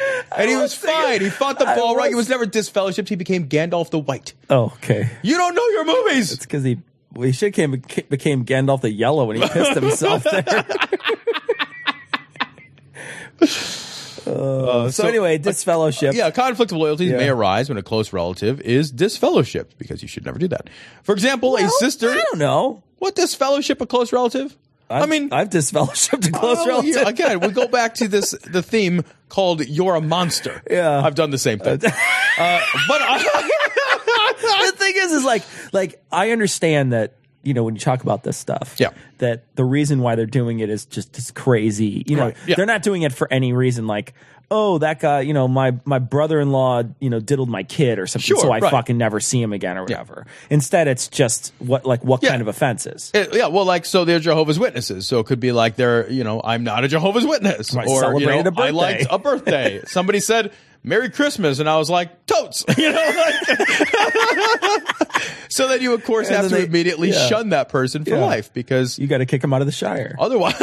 Speaker 4: <laughs> and he was fine. He fought the
Speaker 3: I
Speaker 4: ball right. He
Speaker 3: was-
Speaker 4: was never disfellowshipped. He became Gandalf the White.
Speaker 3: Oh, okay.
Speaker 4: You don't know your movies.
Speaker 3: It's because he well, he should came became Gandalf the Yellow when he
Speaker 4: <laughs>
Speaker 3: pissed himself there. Uh, so, anyway, disfellowship.
Speaker 4: Yeah, a conflict of loyalties
Speaker 3: Yeah.
Speaker 4: may arise when a close relative is disfellowshipped because you should never do that. For example, a sister. I don't
Speaker 3: know.
Speaker 4: What disfellowship a close relative?
Speaker 3: i mean, I've disfellowshipped a close
Speaker 4: Oh,
Speaker 3: relative.
Speaker 4: yeah, again, we
Speaker 3: <laughs>
Speaker 4: go back to this the theme called "You're a monster." Yeah, I've done the same
Speaker 3: <laughs>
Speaker 4: thing. Uh, but I,
Speaker 3: the thing is, is like, like I understand that you know when you talk about this stuff, yeah, that the reason why they're doing it is just it's crazy. You know,
Speaker 10: Right, yeah.
Speaker 3: they're not doing it for any reason. Like, oh, that guy, you know, my my brother in law, you know, diddled my kid or something,
Speaker 4: Sure,
Speaker 3: so I
Speaker 4: right.
Speaker 3: fucking never see him again or whatever. Instead, it's just what like what kind of offenses.
Speaker 4: It- yeah, well, like so, they're Jehovah's Witnesses, so it could be like they're you know I'm not a Jehovah's Witness,
Speaker 3: Right,
Speaker 4: or you know
Speaker 3: celebrated a
Speaker 4: I liked
Speaker 3: birthday. <laughs>
Speaker 4: a birthday. Somebody said Merry Christmas. And I was like, totes. <laughs> You know, like- <laughs> so then you, of course,
Speaker 3: And
Speaker 4: have to
Speaker 3: then they-
Speaker 4: immediately
Speaker 3: yeah.
Speaker 4: shun that person for
Speaker 3: Yeah.
Speaker 4: life because
Speaker 3: you got to kick him out of the Shire.
Speaker 4: Otherwise,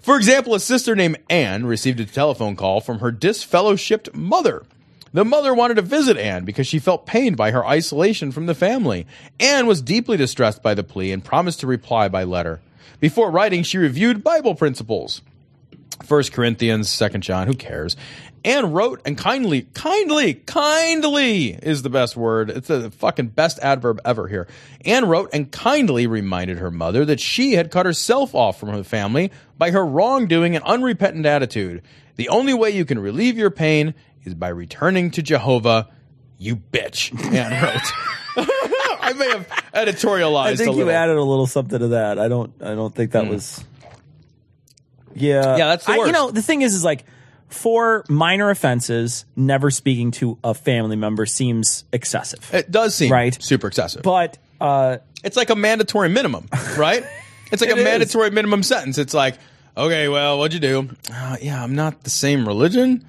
Speaker 4: for example, a sister named Anne received a telephone call from her disfellowshipped mother. The mother wanted to visit Anne because she felt pained by her isolation from the family. Anne was deeply distressed by the plea and promised to reply by letter. Before writing, she reviewed Bible principles. First Corinthians, Second John, who cares? Anne wrote and kindly, kindly, kindly is the best word. It's the fucking best adverb ever here. Anne wrote and kindly reminded her mother that she had cut herself off from her family by her wrongdoing and unrepentant attitude. The only way you can relieve your pain is by returning to Jehovah, you bitch, Anne wrote. <laughs>
Speaker 3: <laughs>
Speaker 4: I may have editorialized
Speaker 3: I
Speaker 4: a
Speaker 3: think
Speaker 4: little.
Speaker 3: you added a little something to that. I don't. I don't think that
Speaker 4: Hmm.
Speaker 3: was. Yeah,
Speaker 4: Yeah, that's the
Speaker 3: I-
Speaker 4: worst.
Speaker 3: you know, the thing is, is like for minor offenses, never speaking to a family member seems excessive.
Speaker 4: It does seem
Speaker 3: right,
Speaker 4: super excessive.
Speaker 3: But uh,
Speaker 4: it's like a mandatory minimum,
Speaker 3: <laughs>
Speaker 4: right? It's like
Speaker 3: It
Speaker 4: a
Speaker 3: is.
Speaker 4: mandatory minimum sentence. It's like, okay, well, what'd you do? Uh, yeah, I'm not the same religion.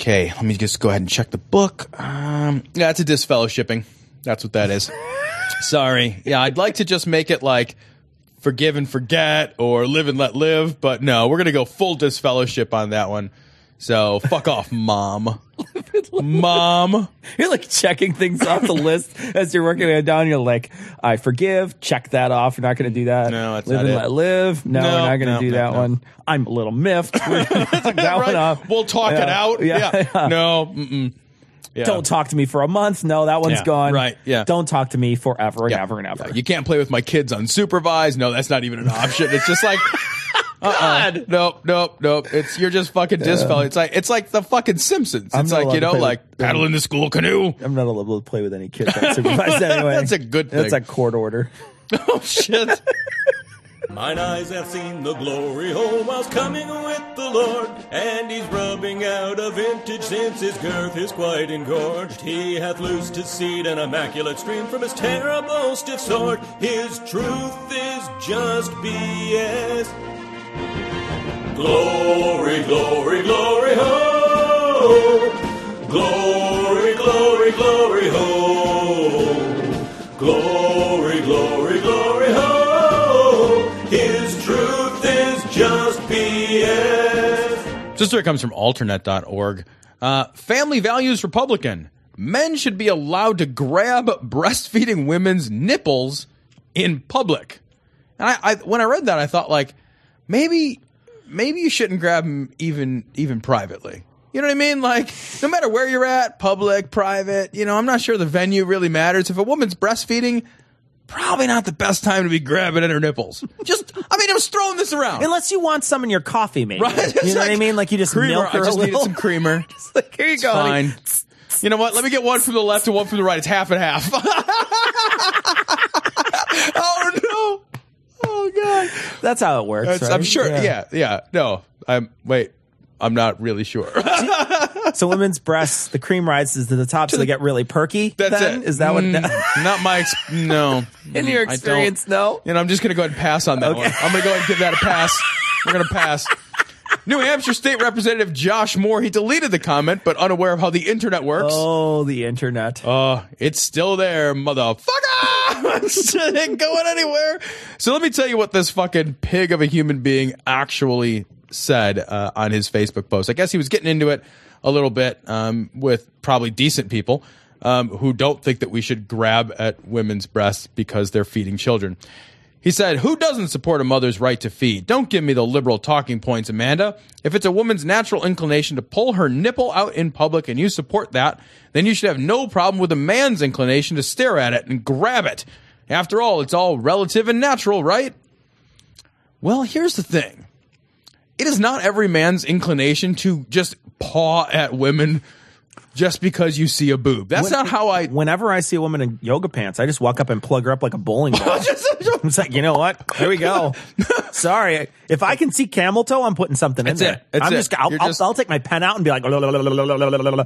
Speaker 4: Okay, let me just go ahead and check the book. Um, yeah, it's a disfellowshipping. That's what that
Speaker 3: <laughs>
Speaker 4: is. Sorry. Yeah, I'd like to just make it like forgive and forget or live and let live, but no, we're gonna go full disfellowship on that one. So fuck
Speaker 3: <laughs>
Speaker 4: off, mom. Mom,
Speaker 3: you're like checking things off the list as you're working it down. You're like, I forgive. Check that off. You're not going to do that. No,
Speaker 4: that's
Speaker 3: live
Speaker 4: not
Speaker 3: and
Speaker 4: it.
Speaker 3: let live. No,
Speaker 4: No,
Speaker 3: we're not going to
Speaker 4: no,
Speaker 3: do
Speaker 4: no,
Speaker 3: that
Speaker 4: no.
Speaker 3: one. I'm a
Speaker 4: <laughs>
Speaker 3: little miffed. <laughs> that one off.
Speaker 4: We'll talk it
Speaker 3: Yeah.
Speaker 4: out.
Speaker 3: <laughs> Yeah.
Speaker 4: Yeah. No. Mm-mm. Yeah.
Speaker 3: Don't talk to me for a month. No, that one's
Speaker 4: Yeah,
Speaker 3: gone.
Speaker 4: right, yeah.
Speaker 3: Don't talk to me forever and
Speaker 4: Yeah.
Speaker 3: ever and ever.
Speaker 4: You can't play with my kids unsupervised. No, that's not even an option. It's just
Speaker 3: <laughs>
Speaker 4: like God. Nope, nope, nope. It's you're just fucking disfell. It's like it's like the fucking Simpsons.
Speaker 3: I'm
Speaker 4: It's
Speaker 3: not
Speaker 4: like,
Speaker 3: allowed
Speaker 4: you
Speaker 3: to
Speaker 4: know,
Speaker 3: play
Speaker 4: like
Speaker 3: with-
Speaker 4: paddle in the school canoe.
Speaker 3: I'm not allowed to play with any
Speaker 4: <laughs>
Speaker 3: kids unsupervised anyway.
Speaker 4: That's a good
Speaker 3: That's
Speaker 4: thing.
Speaker 3: a court order.
Speaker 4: <laughs> oh shit.
Speaker 15: Mine eyes have seen the glory home whilst coming with the Lord, and he's rubbing out a vintage since his girth is quite engorged. He hath loosed his seed, an immaculate stream from his terrible stiff sword. His truth is just BS. Glory, glory, glory, ho! Glory, glory, glory, ho! Glory, glory, glory, ho! His truth is just BS.
Speaker 4: This story comes from alternate.org. Uh, Family Values Republican. Men should be allowed to grab breastfeeding women's nipples in public. And I, I when I read that, I thought like maybe maybe you shouldn't grab them even even privately. You know what I mean? Like no matter where you're at, public, private. You know, I'm not sure the venue really matters. If a woman's breastfeeding, probably not the best time to be grabbing at her nipples. Just I mean, I'm just throwing this around.
Speaker 3: Unless you want some in your coffee, maybe.
Speaker 4: Right? It's
Speaker 3: You know what I
Speaker 4: like,
Speaker 3: mean? Like you just
Speaker 4: creamer.
Speaker 3: milk her
Speaker 4: I just
Speaker 3: a little.
Speaker 4: needed some
Speaker 3: <laughs>
Speaker 4: creamer.
Speaker 3: here you
Speaker 4: It's
Speaker 3: go. honey.
Speaker 4: fine. You know what? Let me get one from the left and one from the right. It's half and half. <laughs> oh no! Oh god!
Speaker 3: That's how it works.
Speaker 4: That's-
Speaker 3: right?
Speaker 4: I'm sure. Yeah. yeah, No, I'm. Wait, I'm not really sure. <laughs>
Speaker 3: so women's breasts, the cream rises to the top, so they get really perky.
Speaker 4: That's
Speaker 3: then?
Speaker 4: it.
Speaker 3: Is that <laughs> what?
Speaker 4: Mm, not my ex- no.
Speaker 3: <laughs> In
Speaker 4: Mm,
Speaker 3: your
Speaker 4: I don't-
Speaker 3: experience, no?
Speaker 4: You know, I'm just gonna go ahead and pass on that one. I'm gonna go ahead and give that a pass. We're gonna
Speaker 3: <laughs>
Speaker 4: pass. New Hampshire State Representative Josh Moore he deleted the comment, but unaware of how the internet works.
Speaker 3: Oh, the internet.
Speaker 4: Uh, it's still there, motherfucker.
Speaker 16: <laughs>
Speaker 4: it ain't going anywhere. So let me tell you what this fucking pig of a human being actually said uh, on his Facebook post. I guess he was getting into it a little bit um, with probably decent people um, who don't think that we should grab at women's breasts because they're feeding children. He said, Who doesn't support a mother's right to feed? Don't give me the liberal talking points, Amanda. If it's a woman's natural inclination to pull her nipple out in public and you support that, then you should have no problem with a man's inclination to stare at it and grab it. After all, it's all relative and natural, right? Well, here's the thing it is not every man's inclination to just paw at women just because you see a boob. That's
Speaker 3: When-
Speaker 4: not how I.
Speaker 3: Whenever I see a woman in yoga pants, I just walk up and plug her up like a bowling
Speaker 4: <laughs>
Speaker 3: ball. it's like, you know what? Here we go. Sorry, if I can see camel toe, I'm putting something
Speaker 4: That's it.
Speaker 3: in there.
Speaker 4: That's
Speaker 3: I'm
Speaker 4: it.
Speaker 3: just I'll,
Speaker 4: You're
Speaker 3: I'll,
Speaker 4: just-
Speaker 3: I'll take my pen out and be like,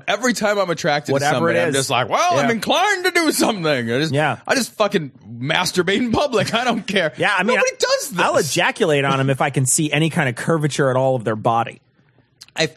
Speaker 3: <laughs>
Speaker 4: Every time I'm attracted
Speaker 3: Whatever
Speaker 4: to somebody,
Speaker 3: it
Speaker 4: I'm
Speaker 3: is.
Speaker 4: just like, well,
Speaker 3: Yeah.
Speaker 4: I'm inclined to do something. I just, yeah. I just fucking masturbate in public. I don't care.
Speaker 3: <laughs> Yeah, I mean, nobody does this. I'll ejaculate on them if I can see any kind of curvature at all of their body.
Speaker 4: If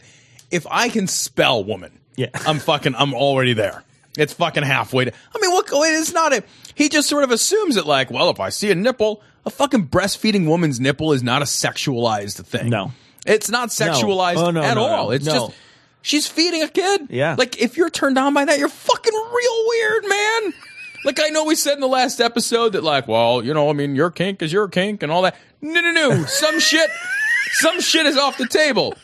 Speaker 4: if I can spell woman, yeah, <laughs> I'm fucking. I'm already there. It's fucking halfway. To, I mean, what? It's not a. He just sort of assumes it. Like, well, if I see a nipple, a fucking breastfeeding woman's nipple is not a sexualized thing. No, it's not sexualized
Speaker 3: Oh, no,
Speaker 4: at
Speaker 3: no, no.
Speaker 4: all. It's
Speaker 3: No.
Speaker 4: just she's feeding a kid.
Speaker 3: Yeah.
Speaker 4: like if you're turned on by that, you're fucking real weird, man. Like I know we said in the last episode that like, well, you know, I mean, your kink is your kink and all that. No, no, no. Some shit, some shit is off the table.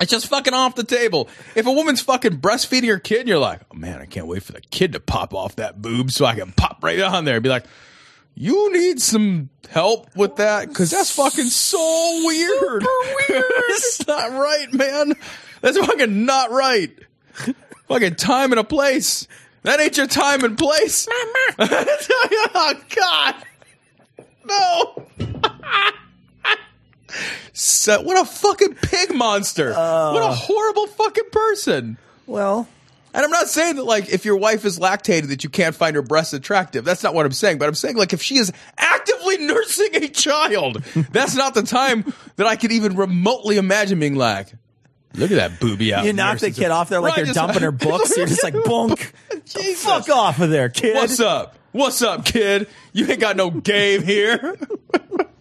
Speaker 4: It's just fucking off the table. If a woman's fucking breastfeeding her kid, and you're like, oh man, I can't wait for the kid to pop off that boob so I can pop right on there and be like, you need some help with that because that's fucking so weird. weird. <laughs> it's not right, man. That's fucking not right. fucking time and a place. That ain't your time and place. <laughs> oh God, no. So, what a fucking pig monster. what
Speaker 3: Uh.
Speaker 4: a horrible fucking person.
Speaker 8: Well,
Speaker 4: and I'm not saying that like if your wife is lactated that you can't find her breasts attractive. That's not what I'm saying, but I'm saying like if she is actively <laughs> nursing a child, that's not the time that I could even remotely imagine being like, look at that booby out.
Speaker 3: you knock the
Speaker 4: nursing
Speaker 3: kid
Speaker 4: some-
Speaker 3: off there
Speaker 4: Right,
Speaker 3: like
Speaker 4: just-
Speaker 3: they're dumping
Speaker 4: <laughs>
Speaker 3: her books. You're just like, bonk. Fuck off of there, kid.
Speaker 4: What's up? What's up, kid? You ain't got no game here.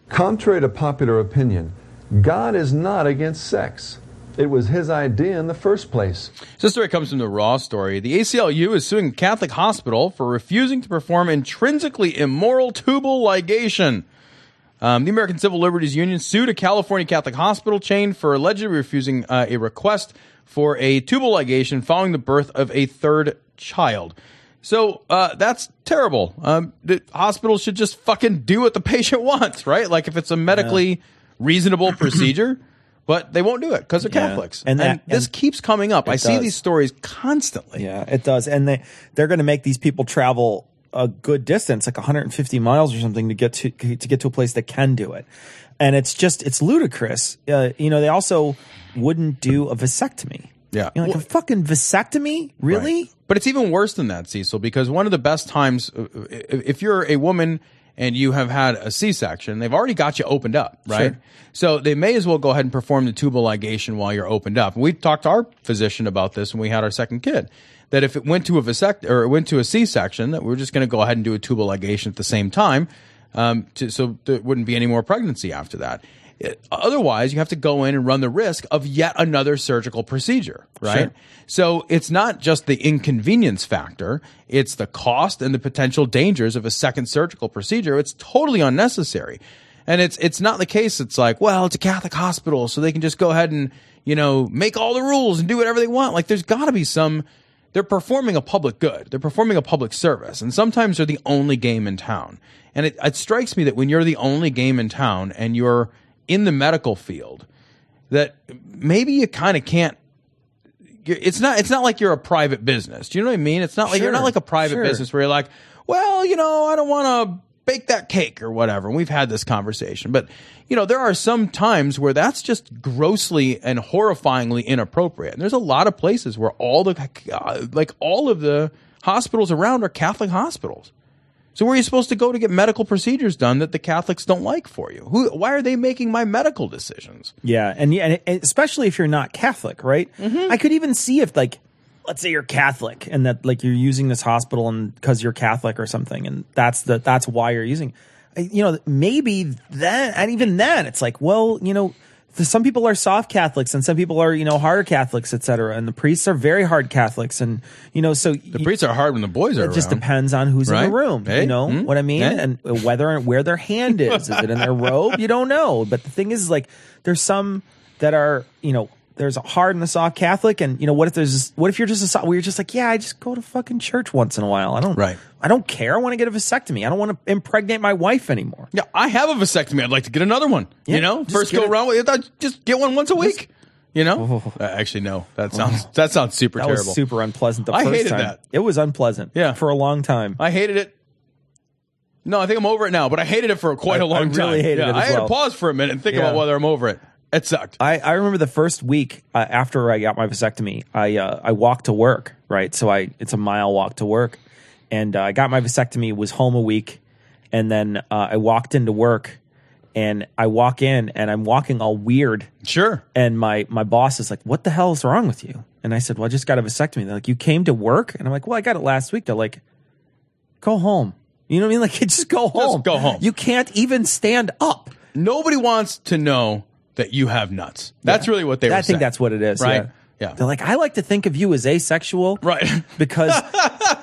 Speaker 17: Contrary to popular opinion, God is not against sex. It was his idea in the first place.
Speaker 4: So this story comes from the Raw story. The ACLU is suing Catholic hospital for refusing to perform intrinsically immoral tubal ligation. Um, the American Civil Liberties Union sued a California Catholic hospital chain for allegedly refusing uh, a request for a tubal ligation following the birth of a third child. So uh, that's terrible. Um, the hospitals should just fucking do what the <laughs> patient wants, right? Like if it's a medically
Speaker 3: <clears throat>
Speaker 4: reasonable procedure, but they won't do it because they're
Speaker 3: Yeah.
Speaker 4: Catholics.
Speaker 3: And that-
Speaker 4: this
Speaker 3: and-
Speaker 4: keeps coming up.
Speaker 3: It
Speaker 4: I see
Speaker 3: does.
Speaker 4: these stories constantly.
Speaker 3: Yeah, it does. And they they're going to make these people travel a good distance, like 150 miles or something, to get to to get to a place that can do it. And it's just it's ludicrous. Uh, you know, they also wouldn't do a vasectomy.
Speaker 4: Yeah.
Speaker 3: You know, like a fucking vasectomy, really?
Speaker 4: But it's even worse than that, Cecil, because one of the best times, uh, i- if you're a woman and you have had a C section, they've already got you opened up, right?
Speaker 3: Sure.
Speaker 4: So they may as well go ahead and perform the tubal ligation while you're opened up. And we talked to our physician about this when we had our second kid. That if it went to a vasect or it went to a C section, that we're just going to go ahead and do a tubal ligation at the same time, um, to, so there wouldn't be any more pregnancy after that. It- otherwise, you have to go in and run the risk of yet another surgical procedure, right?
Speaker 3: Sure.
Speaker 4: So it's not just the inconvenience factor, it's the cost and the potential dangers of a second surgical procedure. It's totally unnecessary. And it's it's not the case it's like, well, it's a Catholic hospital, so they can just go ahead and, you know, make all the rules and do whatever they want. Like there's got to be some they're performing a public good. They're performing a public service. And sometimes they're the only game in town. And it, it strikes me that when you're the only game in town and you're in the medical field, that maybe you kind of can't you're, it's not it's not like you're a private business. Do you know what I mean? It's not like you're not
Speaker 3: Sure,
Speaker 4: like a private
Speaker 3: sure.
Speaker 4: business where you're like, well, you know, I don't want to bake that cake or whatever. And we've had this conversation, but you know, there are some times where that's just grossly and horrifyingly inappropriate. And there's a lot of places where all the uh, like all of the hospitals around are Catholic hospitals. So where are you supposed to go to get medical procedures done that the Catholics don't like for you? Who? Why are they making my medical decisions?
Speaker 3: Yeah, and yeah, and- and especially if you're not Catholic, right?
Speaker 4: Mm-hmm.
Speaker 3: I could even see if like let's say you're Catholic and that like you're using this hospital and cuz you're Catholic or something and that's the that's why you're using. I- You know, maybe then and even then it's like, well, you know, the, some people are soft Catholics and some people are, you know, hard Catholics, etc. And the priests are very hard Catholics and you know, so the
Speaker 4: priests are hard when the boys
Speaker 3: It
Speaker 4: are
Speaker 3: just
Speaker 4: around.
Speaker 3: depends on who's in
Speaker 4: Right?
Speaker 3: the room,
Speaker 4: Hey?
Speaker 3: you know
Speaker 4: Hmm?
Speaker 3: what I mean?
Speaker 4: Yeah.
Speaker 3: And whether and where their hand is. Is
Speaker 4: <laughs>
Speaker 3: it in their robe? You don't know. But the thing is, is like there's some that are, you know, there's a hard and a soft Catholic, and you know, what if there's what if you're just a soft where you're just like, Yeah, I just go to fucking church once in a while. I don't right. I don't care. I want to get a vasectomy. I don't want to impregnate my wife anymore.
Speaker 4: Yeah, I have a vasectomy. I'd like to get another one. you
Speaker 3: Yeah,
Speaker 4: know,
Speaker 3: just
Speaker 4: first
Speaker 3: get
Speaker 4: go
Speaker 3: it. Oh.
Speaker 4: around with it. Just get one once a week. you know, uh, actually no. That sounds that sounds super
Speaker 3: That
Speaker 4: terrible.
Speaker 3: was super unpleasant the
Speaker 4: I
Speaker 3: first
Speaker 4: hated
Speaker 3: time.
Speaker 4: that.
Speaker 3: It was unpleasant. Yeah. For a long time.
Speaker 4: I hated it. No, I think I'm over it now. But I hated it for quite
Speaker 3: I-
Speaker 4: a long
Speaker 3: I
Speaker 4: time.
Speaker 3: really hated
Speaker 4: Yeah,
Speaker 3: it as
Speaker 4: I had
Speaker 3: well.
Speaker 4: to pause for a minute and think
Speaker 3: Yeah.
Speaker 4: about whether I'm over it. It sucked.
Speaker 3: I, I remember the first week uh, after I got my vasectomy, I uh, I walked to work, right? So I it's a mile walk to work, and uh, I got my vasectomy, was home a week, and then uh, I walked into work, and I walk in, and I'm walking all weird.
Speaker 4: Sure.
Speaker 3: And my my boss is like, "What the hell is wrong with you?" And I said, "Well, I just got a vasectomy." They're like, "You came to work?" And I'm like, "Well, I got it last week." They're like, "Go home." You know what I mean? <laughs> Like, just go home.
Speaker 4: go home.
Speaker 3: You can't even stand up.
Speaker 4: Nobody wants to know that you have nuts. That's really what they were
Speaker 3: I think
Speaker 4: saying,
Speaker 3: that's what it is.
Speaker 4: Right?
Speaker 3: Yeah. <laughs> They're like, I like to think of you as asexual.
Speaker 4: <laughs>
Speaker 3: Right. because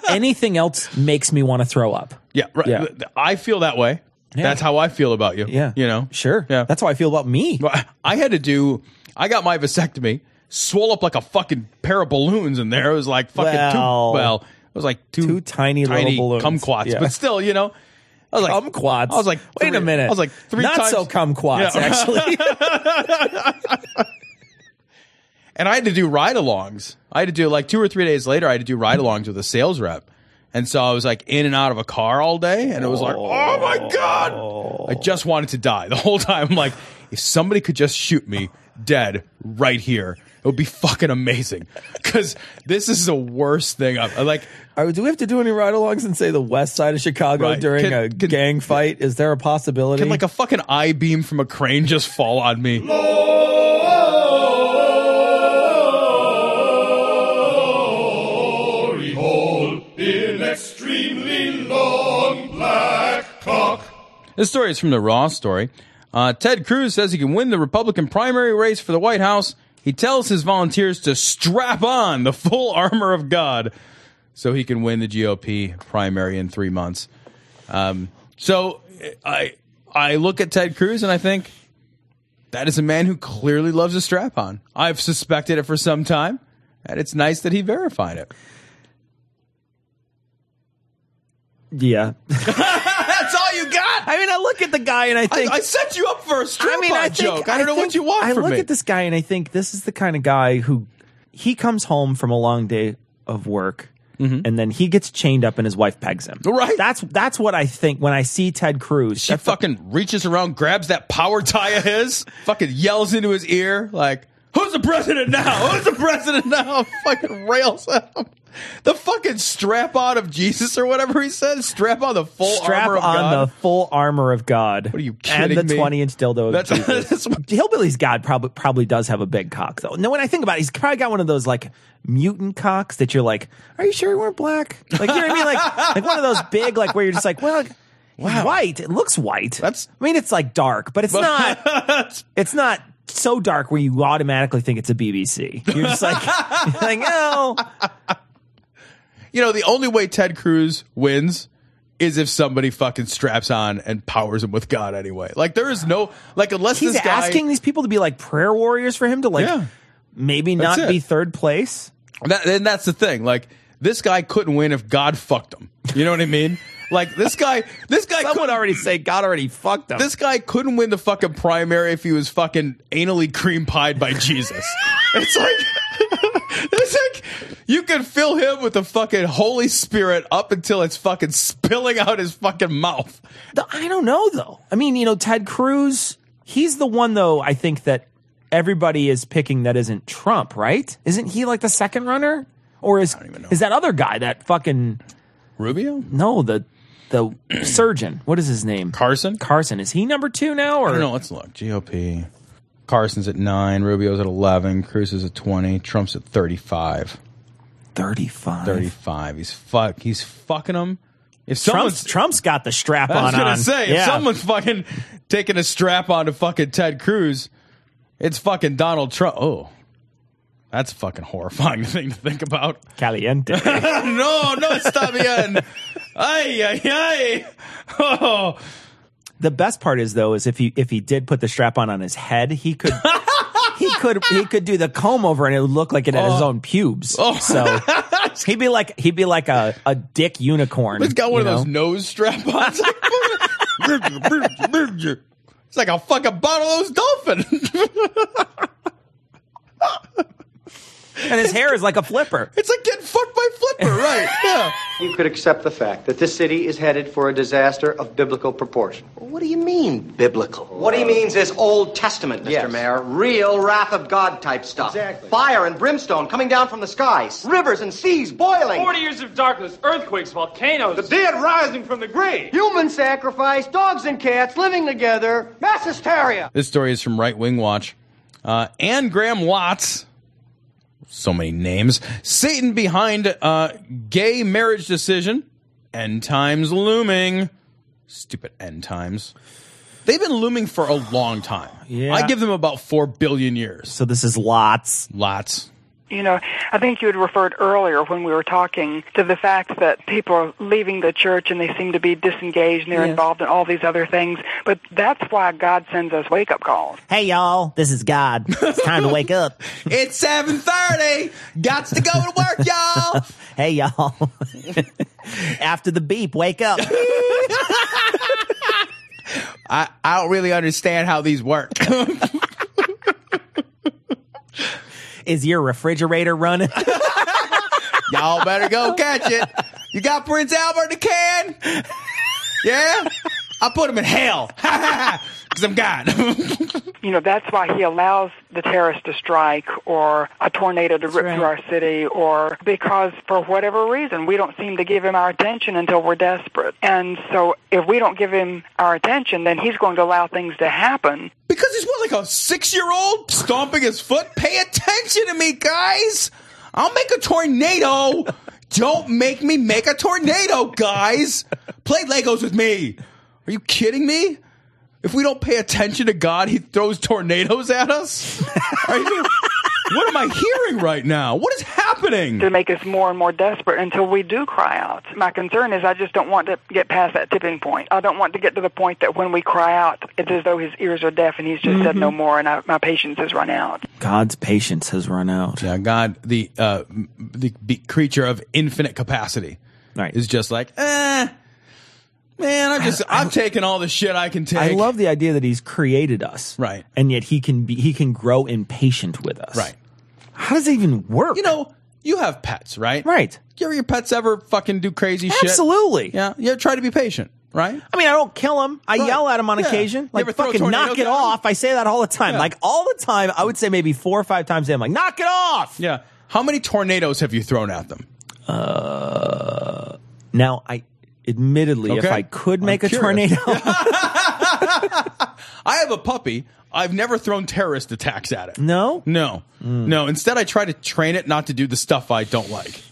Speaker 3: anything else makes me want to throw
Speaker 4: <laughs>
Speaker 3: up.
Speaker 4: Yeah, right.
Speaker 3: Yeah.
Speaker 4: Th- I feel that way.
Speaker 3: Yeah.
Speaker 4: That's how I feel about you. Yeah. You know?
Speaker 3: Sure. Yeah. That's how I feel about me.
Speaker 4: I had to do, I got my vasectomy, swole up like a fucking pair of balloons in there. It was like fucking
Speaker 3: Well-
Speaker 4: two, well, it was like two,
Speaker 3: Two tiny little balloons.
Speaker 4: kumquats.
Speaker 3: Yeah.
Speaker 4: But still, you know, I was like,
Speaker 3: Kumquats.
Speaker 4: I was like,
Speaker 3: Wait a
Speaker 4: three-
Speaker 3: minute.
Speaker 4: I was like, three
Speaker 3: Not
Speaker 4: times.
Speaker 3: so kumquats,
Speaker 4: Yeah.
Speaker 3: actually.
Speaker 4: <laughs> And I had to do ride alongs. I had to do like two or three days later, I had to do ride alongs with a sales rep. And so I was like in and out of a car all day. And it was like, oh my God. I just wanted to die the whole time. I'm like, if somebody could just shoot me dead right here, it would be fucking amazing. Because this is the worst thing. I've, like,
Speaker 3: Uh, do we have to do any ride alongs and say the west side of Chicago
Speaker 4: Right.
Speaker 3: during
Speaker 4: Can-
Speaker 3: a gang fight? Is there a possibility?
Speaker 4: can like a fucking I beam from a crane just fall on me?
Speaker 14: glory hole in extremely long black cock.
Speaker 4: This story is from the Raw story. Uh, Ted Cruz says he can win the Republican primary race for the White House. He tells his volunteers to strap on the full <laughs> armor of God so he can win the GOP primary in three months. Um, so I I look at Ted Cruz and I think that is a man who clearly loves a strap on. I've suspected it for some time, and it's nice that he verified it.
Speaker 3: yeah.
Speaker 4: <laughs> That's all you got.
Speaker 3: I mean, I look at the guy and I think
Speaker 4: I, set you up for a strap on joke. I don't know
Speaker 3: think-
Speaker 4: what you want
Speaker 3: I
Speaker 4: from
Speaker 3: look
Speaker 4: me.
Speaker 3: at this guy and I think this is the kind of guy who he comes home from a long day of work
Speaker 4: Mm-hmm.
Speaker 3: and then he gets chained up and his wife pegs him. Right. That's that's what I think when I see Ted Cruz.
Speaker 4: She fucking reaches around, grabs that power tie of his, fucking yells into his ear, like, Who's the president now? Who's the president now? <laughs> fucking rails him. The fucking strap on of Jesus or whatever he said. Strap on the full
Speaker 3: strap
Speaker 4: armor of
Speaker 3: on
Speaker 4: God.
Speaker 3: the full armor of God. What are
Speaker 4: you
Speaker 3: And
Speaker 4: kidding
Speaker 3: the
Speaker 4: me?
Speaker 3: twenty inch dildo.
Speaker 4: <laughs>
Speaker 3: Of
Speaker 4: That's-
Speaker 3: Jesus. Hillbilly's God probably probably does have a big cock though. No, when I think about it, he's probably got one of those like mutant cocks that you're like, are you sure you weren't black? Like you know what I
Speaker 4: <laughs>
Speaker 3: mean? Like like one of those big like where you're just like, well. He's white. It looks white. That's. I mean, it's like dark, but
Speaker 4: <laughs>
Speaker 3: it's not. it's not so dark where you automatically think it's a BBC. You're
Speaker 4: <laughs>
Speaker 3: just like, <laughs> like oh,
Speaker 4: you know, the only way Ted Cruz wins is if somebody fucking straps on and powers him with God anyway. Like, there is no, like, unless
Speaker 3: he's
Speaker 4: this guy.
Speaker 3: asking these people to be like prayer warriors for him to like maybe
Speaker 4: That's
Speaker 3: not
Speaker 4: it.
Speaker 3: be third place.
Speaker 4: That, and that's the thing. Like this guy couldn't win if God fucked him. You know what I mean? Like this guy, this guy. Someone
Speaker 3: already say God already fucked him.
Speaker 4: This guy couldn't win the fucking primary if he was fucking anally cream pied by Jesus. it's like, <laughs> it's like you can fill him with the fucking Holy Spirit up until it's fucking spilling out his fucking mouth.
Speaker 3: The- I don't know though. I mean, you know, Ted Cruz, he's the one though I think that everybody is picking that isn't Trump, right? Isn't he like the second runner? Or is is that other guy that fucking
Speaker 4: Rubio?
Speaker 3: No, the the <clears throat> surgeon. What is his name?
Speaker 4: Carson?
Speaker 3: Carson. Is he number 2 now or
Speaker 4: I don't know. Let's look. GOP. Carson's at nine. Rubio's at eleven. Cruz is at twenty. Trump's at thirty-five.
Speaker 3: Thirty-five.
Speaker 4: Thirty-five. He's fuck. He's fucking them. If
Speaker 3: Trump's,
Speaker 4: someone's
Speaker 3: Trump's got the strap on
Speaker 4: I was gonna
Speaker 3: on.
Speaker 4: say, if someone's fucking taking a strap on to fucking Ted Cruz, it's fucking Donald Trump. Oh, that's a fucking horrifying <laughs> thing to think about. <laughs>
Speaker 3: Caliente.
Speaker 4: no, no, está bien. Ay, ay, ay. Oh.
Speaker 3: The best part is though is if he if he did put the strap on on his head, he
Speaker 4: <laughs>
Speaker 3: could he could he could do the comb over and it would look like it had his
Speaker 4: Oh.
Speaker 3: own pubes.
Speaker 4: <laughs>
Speaker 3: So he'd be like he'd be like a, a dick unicorn.
Speaker 4: He's got one
Speaker 3: you
Speaker 4: of those
Speaker 3: know?
Speaker 4: nose strap ons. <laughs> it's like I'll fuck a fucking bottle of those dolphin.
Speaker 3: and his hair is like a flipper.
Speaker 4: <laughs> It's like getting fucked by flipper, right? Yeah.
Speaker 18: You could accept the fact that this city is headed for a disaster of biblical proportion.
Speaker 16: What do you mean, biblical?
Speaker 18: What he means is Old Testament, Mr. Mayor. Real wrath of God type stuff.
Speaker 16: Exactly.
Speaker 18: Fire and brimstone coming down from the skies. Rivers and seas boiling.
Speaker 16: 40 years of darkness, earthquakes, volcanoes. The
Speaker 18: dead
Speaker 16: rising from the grave.
Speaker 18: Human sacrifice, dogs and cats living together, mass hysteria.
Speaker 4: This story is from Right Wing Watch. Uh, and Graham Watts, so many names. Satan behind uh, gay marriage decision. End times looming. Stupid end times. They've been looming for a long time.
Speaker 3: Yeah.
Speaker 4: I give them about four billion years.
Speaker 3: So this is lots.
Speaker 4: Lots.
Speaker 19: You know, I think you had referred earlier when we were talking to the fact that people are leaving the church and they seem to be disengaged and they're
Speaker 10: Yes.
Speaker 19: involved in all these other things. But that's why God sends us wake up calls.
Speaker 10: Hey y'all, this is God. It's time to wake up.
Speaker 4: <laughs> it's seven thirty.
Speaker 3: <laughs>
Speaker 4: Got to go to work, y'all.
Speaker 10: hey y'all. After the beep, wake up.
Speaker 4: <laughs> I, I don't really understand how these work.
Speaker 3: Is your refrigerator running?
Speaker 4: <laughs> Y'all better go catch it. You got Prince Albert in the can? Yeah? <laughs> I put him in <laughs> hell. Because I'm <laughs> God.
Speaker 19: You know, that's why he allows the terrorists to strike or a tornado to rip through our city or because for whatever reason we don't seem to give him our attention until we're desperate. And so if we don't give him our attention, then he's going to allow things to happen.
Speaker 4: Because he's what, like a six year old stomping his foot? Pay attention to me, guys. I'll make a tornado. Don't make me make a tornado, guys. Play Legos with me. Are you kidding me? If we don't pay attention to God, he throws tornadoes at us? Are you- what am I hearing right now? What is happening?
Speaker 19: To make us more and more desperate until we do cry out. My concern is I just don't want to get past that tipping point. I don't want to get to the point that when we cry out, it's as though his ears are deaf and he's just said no more and I, my patience has run out.
Speaker 3: God's patience has run out.
Speaker 4: Yeah, God, the uh, m- the be- creature of infinite capacity, right, is just like, eh, man. I'm just, I'm taking all the shit I can take.
Speaker 3: I love the idea that he's created us,
Speaker 4: right?
Speaker 3: And yet he can be he can grow impatient with us,
Speaker 4: Right.
Speaker 3: How does it even work?
Speaker 4: You know, you have pets, right?
Speaker 3: Right.
Speaker 4: You ever your pets ever fucking do crazy shit?
Speaker 3: Absolutely.
Speaker 4: Yeah. You ever try to be patient, right?
Speaker 3: I mean, I don't kill him. I yell at him on
Speaker 4: Yeah.
Speaker 3: occasion.
Speaker 4: You
Speaker 3: Like
Speaker 4: ever throw
Speaker 3: fucking
Speaker 4: tornadoes
Speaker 3: knock
Speaker 4: at
Speaker 3: it
Speaker 4: him?
Speaker 3: off. I say that all the time.
Speaker 4: Yeah.
Speaker 3: Like all the time, I would say maybe four or five times. a day, I'm like, knock it off.
Speaker 4: Yeah. How many tornadoes have you thrown at them?
Speaker 3: Uh, now I, admittedly, if
Speaker 4: Okay.
Speaker 3: I could
Speaker 4: I'm
Speaker 3: make a
Speaker 4: curious.
Speaker 3: tornado,
Speaker 4: <laughs> I have a puppy. I've never thrown terrorist attacks at it.
Speaker 3: No?
Speaker 4: No. No. Instead, I try to train it not to do the stuff I don't like.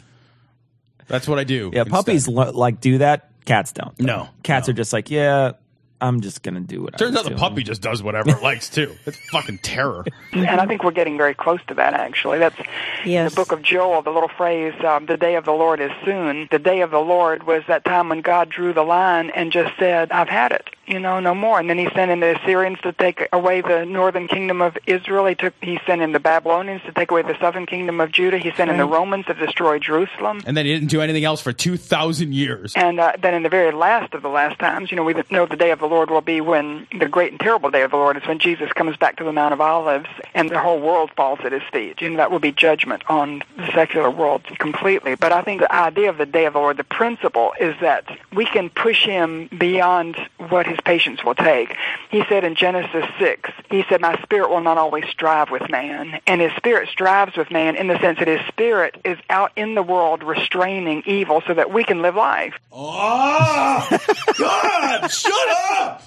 Speaker 4: That's what I do.
Speaker 3: yeah, puppies lo- like do that. Cats don't. though.
Speaker 4: No,
Speaker 3: cats are just like, yeah, I'm just gonna do what.
Speaker 4: Turns
Speaker 3: I
Speaker 4: out the puppy just does whatever it likes too. It's fucking
Speaker 3: <laughs>
Speaker 4: terror.
Speaker 19: And I think we're getting very close to that, actually. That's in the book of Joel, the little phrase, um, the day of the Lord is soon. The day of the Lord was that time when God drew the line and just said, I've had it, you know, no more. And then he sent in the Assyrians to take away the northern kingdom of Israel. He, took, he sent in the Babylonians to take away the southern kingdom of Judah. He sent in the
Speaker 4: Right.
Speaker 19: Romans to destroy Jerusalem.
Speaker 4: And then he didn't do anything else for two thousand years.
Speaker 19: And uh, then in the very last of the last times, you know, we know the day of the Lord will be when the great and terrible day of the Lord is when Jesus comes back to the Mount of Olives and the whole world falls at his feet. You know, that will be judgment on the secular world completely. But I think the idea of the day of the Lord, the principle is that we can push him beyond what his patience will take. He said in Genesis 6, he said, My spirit will not always strive with man. And his spirit strives with man in the sense that his spirit is out in the world restraining evil so that we can live life.
Speaker 4: Oh God! Shut up!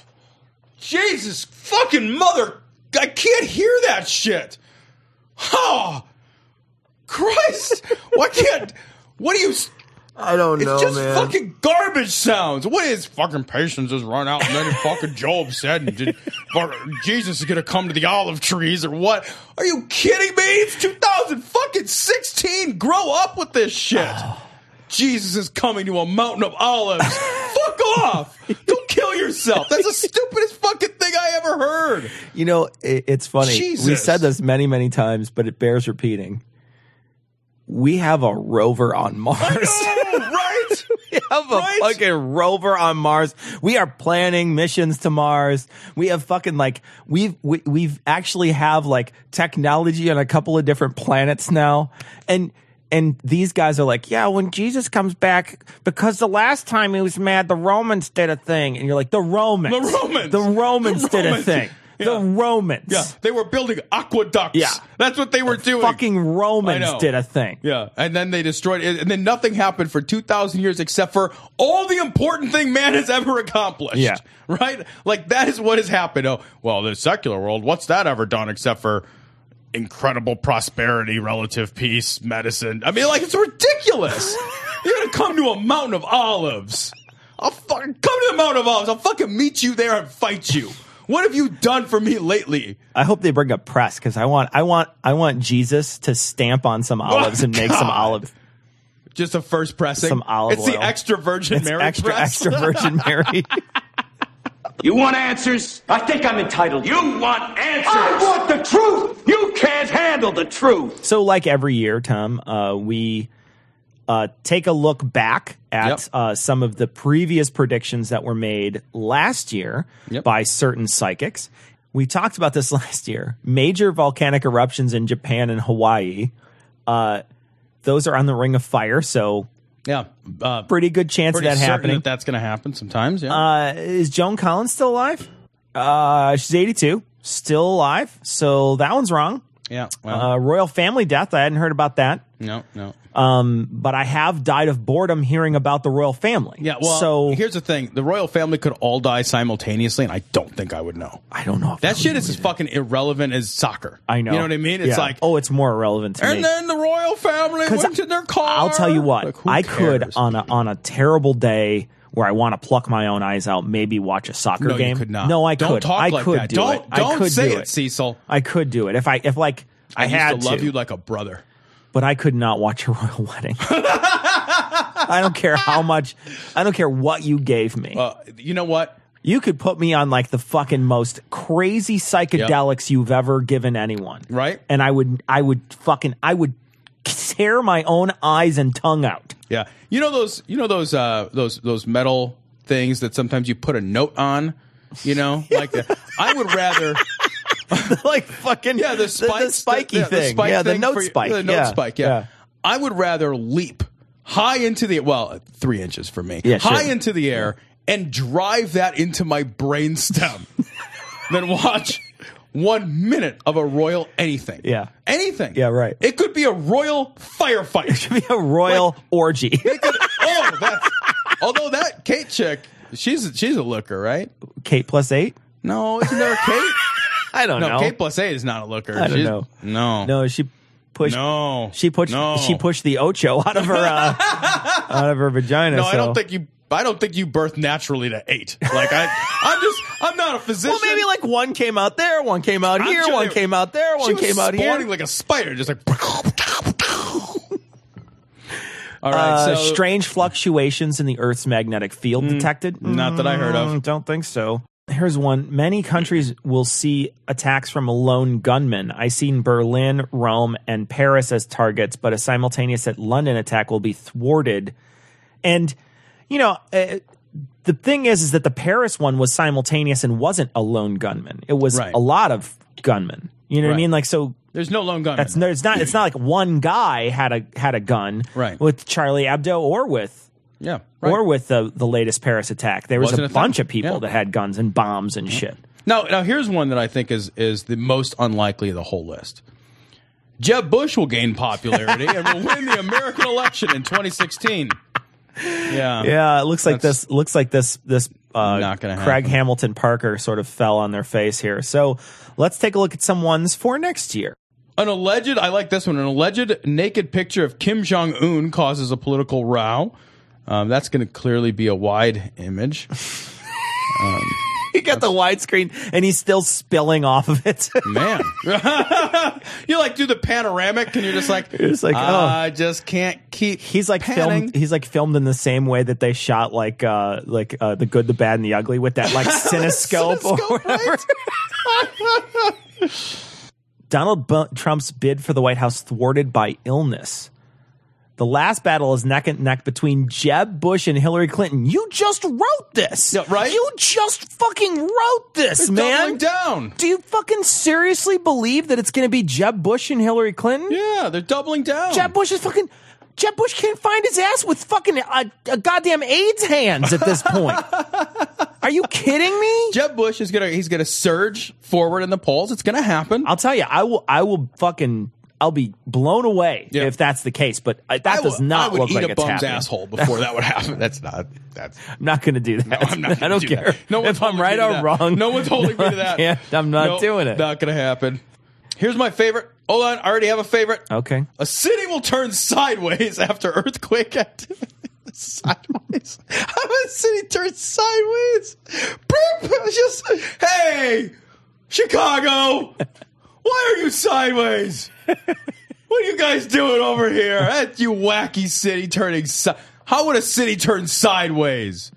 Speaker 4: Jesus fucking mother! I can't hear that shit. Oh Christ! Why can't? What do you?
Speaker 12: I don't
Speaker 4: It's
Speaker 12: know,
Speaker 4: just
Speaker 12: man.
Speaker 4: fucking garbage sounds. What is fucking patience has run out, and
Speaker 3: <laughs>
Speaker 4: then fucking Job said, and did- fucking "Jesus is gonna come to the olive trees," or what? Are you kidding me? It's 2000 fucking 16. Grow up with this shit.
Speaker 3: Ah.
Speaker 4: Jesus is coming to a mountain of olives.
Speaker 3: <laughs>
Speaker 4: Fuck off! Don't kill yourself. That's the stupidest fucking thing I ever heard.
Speaker 3: You know, it, it's funny. We
Speaker 4: Jesus.
Speaker 3: said this many, many times, but it bears repeating. We have a rover on Mars. <laughs>
Speaker 4: right?
Speaker 3: We have a fucking rover on Mars. We are planning missions to Mars. We have fucking like we've we, we've actually have like technology on a couple of different planets now, and and these guys are like, yeah, when Jesus comes back, because the last time he was mad, the Romans did a thing, and you're like, the Romans,
Speaker 4: The Romans.
Speaker 3: the Romans
Speaker 4: The
Speaker 3: did a
Speaker 4: Romans.
Speaker 3: thing. The Romans.
Speaker 4: Yeah, they were building aqueducts.
Speaker 3: Yeah.
Speaker 4: that's what they were doing.
Speaker 3: Fucking Romans
Speaker 4: I know.
Speaker 3: did a thing.
Speaker 4: Yeah, and then they destroyed it, and then nothing happened for two thousand years except for all the important thing man has ever accomplished.
Speaker 3: Yeah.
Speaker 4: right. Like that is what has happened. Oh, well, the secular world. What's that ever done except for incredible prosperity, relative peace, medicine? I mean, like it's
Speaker 3: <laughs>
Speaker 4: ridiculous. You're gonna come to a mountain of olives. I'll fucking come to the mountain of olives. I'll fucking meet you there and fight you. What have you done for me lately?
Speaker 3: I hope they bring up press because I want I want I want Jesus to stamp on some olives and make some
Speaker 4: Oh God.
Speaker 3: olive
Speaker 4: Just a first pressing.
Speaker 3: Some olive
Speaker 4: It's the
Speaker 3: oil.
Speaker 4: extra virgin
Speaker 3: It's
Speaker 4: Mary.
Speaker 3: extra-
Speaker 4: press. <laughs>
Speaker 3: extra Virgin Mary.
Speaker 7: You want answers? I think I'm entitled. You want answers?
Speaker 3: I
Speaker 7: want the truth. You can't handle the truth.
Speaker 3: So, like every year, Tom, uh, we uh, take a look back at uh, some of the previous predictions that were made last year by certain psychics. We talked about this <laughs> last year. Major volcanic eruptions in Japan and Hawaii. Uh, those are on the Ring of Fire, so
Speaker 4: yeah, uh,
Speaker 3: pretty good chance
Speaker 4: pretty
Speaker 3: of that
Speaker 4: certain
Speaker 3: happening.
Speaker 4: that that's going to happen sometimes. Yeah.
Speaker 3: Uh, is Joan Collins still alive? Uh, she's 82, still alive. So that one's wrong.
Speaker 4: yeah.
Speaker 3: Uh, royal family death. I hadn't heard about that.
Speaker 4: No, no.
Speaker 3: Um, but I have died of boredom hearing about the royal family.
Speaker 4: Yeah. Well,
Speaker 3: so
Speaker 4: so here's the thing: the royal family could all die simultaneously, and I don't think I would know.
Speaker 3: I don't know. If
Speaker 4: that shit is as fucking irrelevant as soccer.
Speaker 3: I know.
Speaker 4: You know what I mean? It's
Speaker 3: Yeah.
Speaker 4: like,
Speaker 3: oh, it's more irrelevant to
Speaker 4: and
Speaker 3: me.
Speaker 4: then the royal family
Speaker 3: 'Cause
Speaker 4: went in their car.
Speaker 3: I'll tell you what. I could on a on a terrible day where I want to pluck my own eyes out, maybe watch a soccer
Speaker 4: No, you
Speaker 3: game.
Speaker 4: could not.
Speaker 3: No, I
Speaker 4: Don't
Speaker 3: could.
Speaker 4: talk
Speaker 3: I
Speaker 4: like
Speaker 3: could
Speaker 4: that.
Speaker 3: do
Speaker 4: Don't-
Speaker 3: it. I
Speaker 4: don't
Speaker 3: could
Speaker 4: say
Speaker 3: do
Speaker 4: it, Cecil.
Speaker 3: I could do it if I if like I,
Speaker 4: I, used
Speaker 3: had
Speaker 4: to love you like a brother.
Speaker 3: but I could not watch a <laughs> royal wedding. I don't care how much. I don't care what you gave me.
Speaker 4: you know what?
Speaker 3: You could put me on like the fucking most crazy psychedelics you've ever given anyone,
Speaker 4: right?
Speaker 3: And I would, I would fucking, I would tear my own eyes and tongue out.
Speaker 4: Yeah. You know those you know those uh those those metal things that sometimes you put a note on, you
Speaker 3: <laughs>
Speaker 4: know? Like the, I would rather
Speaker 3: like fucking
Speaker 4: Yeah, the spikes
Speaker 3: spiky
Speaker 4: yeah,
Speaker 3: thing. Yeah, the note
Speaker 4: for your-
Speaker 3: spike.
Speaker 4: The note
Speaker 3: Yeah.
Speaker 4: spike, yeah.
Speaker 3: Yeah.
Speaker 4: I would rather leap high into the well, 3 inches for me.
Speaker 3: Yeah, sure.
Speaker 4: high into the air and drive that into my brain
Speaker 3: <laughs>
Speaker 4: stem than watch 1 minute of a royal anything.
Speaker 3: Yeah.
Speaker 4: Anything.
Speaker 3: Yeah, right.
Speaker 4: It could be a royal
Speaker 3: <laughs>
Speaker 4: firefight. It
Speaker 3: could be a royal orgy.
Speaker 4: oh, that's, although that Kate chick, she's she's a looker, right?
Speaker 3: Kate plus eight.
Speaker 4: No, isn't there a Kate?
Speaker 3: <laughs> I don't
Speaker 4: no,
Speaker 3: know.
Speaker 4: Kate plus eight is not a looker.
Speaker 3: I don't
Speaker 4: She's-
Speaker 3: know.
Speaker 4: No,
Speaker 3: no, she pushed.
Speaker 4: No,
Speaker 3: she pushed.
Speaker 4: No.
Speaker 3: She pushed the ocho out of her
Speaker 4: <laughs>
Speaker 3: uh, out of her vagina.
Speaker 4: No, I
Speaker 3: so-
Speaker 4: don't think you. I don't think you birthed naturally to eight. Like I, I'm just. I'm not a physician.
Speaker 3: Well, maybe like one came out there, one came out
Speaker 4: I'm
Speaker 3: here,
Speaker 4: sure
Speaker 3: one
Speaker 4: they-
Speaker 3: came out there,
Speaker 4: she
Speaker 3: one
Speaker 4: was
Speaker 3: came out here.
Speaker 4: spawning like a spider, just like. <laughs> All right, so
Speaker 3: Uh,
Speaker 4: Hmm,
Speaker 3: strange fluctuations in the Earth's magnetic field detected.
Speaker 4: not that I heard of.
Speaker 3: Mm, Don't think so. Here's one. Many countries will see attacks from lone gunmen. I seen Berlin, Rome, and Paris as targets, but a simultaneous at London attack will be thwarted. And you know, uh, the thing is, is that the Paris one was simultaneous and wasn't a lone gunman. It was
Speaker 4: Right.
Speaker 3: a lot of gunmen. You know what I
Speaker 4: Right.
Speaker 3: mean? Like so,
Speaker 4: there's no lone gunman.
Speaker 3: that's no, it's not. It's not like one guy had a had a gun,
Speaker 4: Right.
Speaker 3: With Charlie Hebdo or with
Speaker 4: yeah,
Speaker 3: or with the the latest Paris attack, there was
Speaker 4: Wasn't a
Speaker 3: a
Speaker 4: thing.
Speaker 3: bunch of people
Speaker 4: Yeah.
Speaker 3: that had guns and bombs and shit.
Speaker 4: Now, now here's one that I think is is the most unlikely of the whole list. Jeb Bush will gain popularity and will win the American election in 2016. Yeah,
Speaker 3: yeah, it looks like this looks like this this uh,
Speaker 4: Not gonna
Speaker 3: Craig
Speaker 4: happen.
Speaker 3: Hamilton Parker sort of fell on their face here. So let's take a look at some ones for next year.
Speaker 4: An alleged, I like this one. An alleged naked picture of Kim Jong Un causes a political row. Um, that's going to clearly be a wide
Speaker 3: <laughs>
Speaker 4: image. Um,
Speaker 3: He got the widescreen and he's still spilling off of it. <laughs>
Speaker 4: Man, <laughs> you like do the panoramic, and you're just like,
Speaker 3: It's like, oh.
Speaker 4: I just can't keep.
Speaker 3: He's like
Speaker 4: panning.
Speaker 3: filmed. He's like filmed in the same way that they shot like uh like uh, the good, the bad, and the ugly with that like cinescope. or whatever. <laughs> Donald Bu- Trump's bid for the White House thwarted by illness. The last battle is neck and neck between Jeb Bush and Hillary Clinton. You just wrote this, right? You just fucking wrote this,
Speaker 4: It's doubling
Speaker 3: man.
Speaker 4: down.
Speaker 3: Do you fucking seriously believe that it's going to be Jeb Bush and Hillary Clinton?
Speaker 4: Yeah, they're doubling down.
Speaker 3: Jeb Bush is fucking. Jeb Bush can't find his ass with fucking uh, uh, goddamn AIDS hands at
Speaker 4: <laughs>
Speaker 3: this point. Are you kidding me?
Speaker 4: Jeb Bush is gonna he's gonna surge forward in the polls. It's gonna happen.
Speaker 3: I'll tell you, I will. I will fucking. I'll be blown away if that's the case. But I, that
Speaker 4: I
Speaker 3: does
Speaker 4: would-
Speaker 3: not
Speaker 4: I would
Speaker 3: look
Speaker 4: eat
Speaker 3: like
Speaker 4: a
Speaker 3: it's
Speaker 4: bum's
Speaker 3: happening.
Speaker 4: asshole before that would happen. That's not. That's.
Speaker 3: I'm not going to do that.
Speaker 4: No, I'm not.
Speaker 3: <laughs> I don't
Speaker 4: do
Speaker 3: care
Speaker 4: that. No one's
Speaker 3: if I'm
Speaker 4: holding
Speaker 3: right
Speaker 4: me to
Speaker 3: or
Speaker 4: that.
Speaker 3: wrong.
Speaker 4: No one's
Speaker 3: <laughs>
Speaker 4: holding me to
Speaker 3: I
Speaker 4: that.
Speaker 3: can't. I'm not
Speaker 4: Nope,
Speaker 3: doing it.
Speaker 4: Not gonna happen. Here's my favorite. Hold on, I already have a favorite.
Speaker 3: <laughs> Okay.
Speaker 4: A city will turn sideways after earthquake activity. <laughs> sideways. How a city turns sideways? Boop! It's Just hey, Chicago, why are you sideways? What are you guys doing over here? That you wacky city turning. Si- How would a city turn sideways?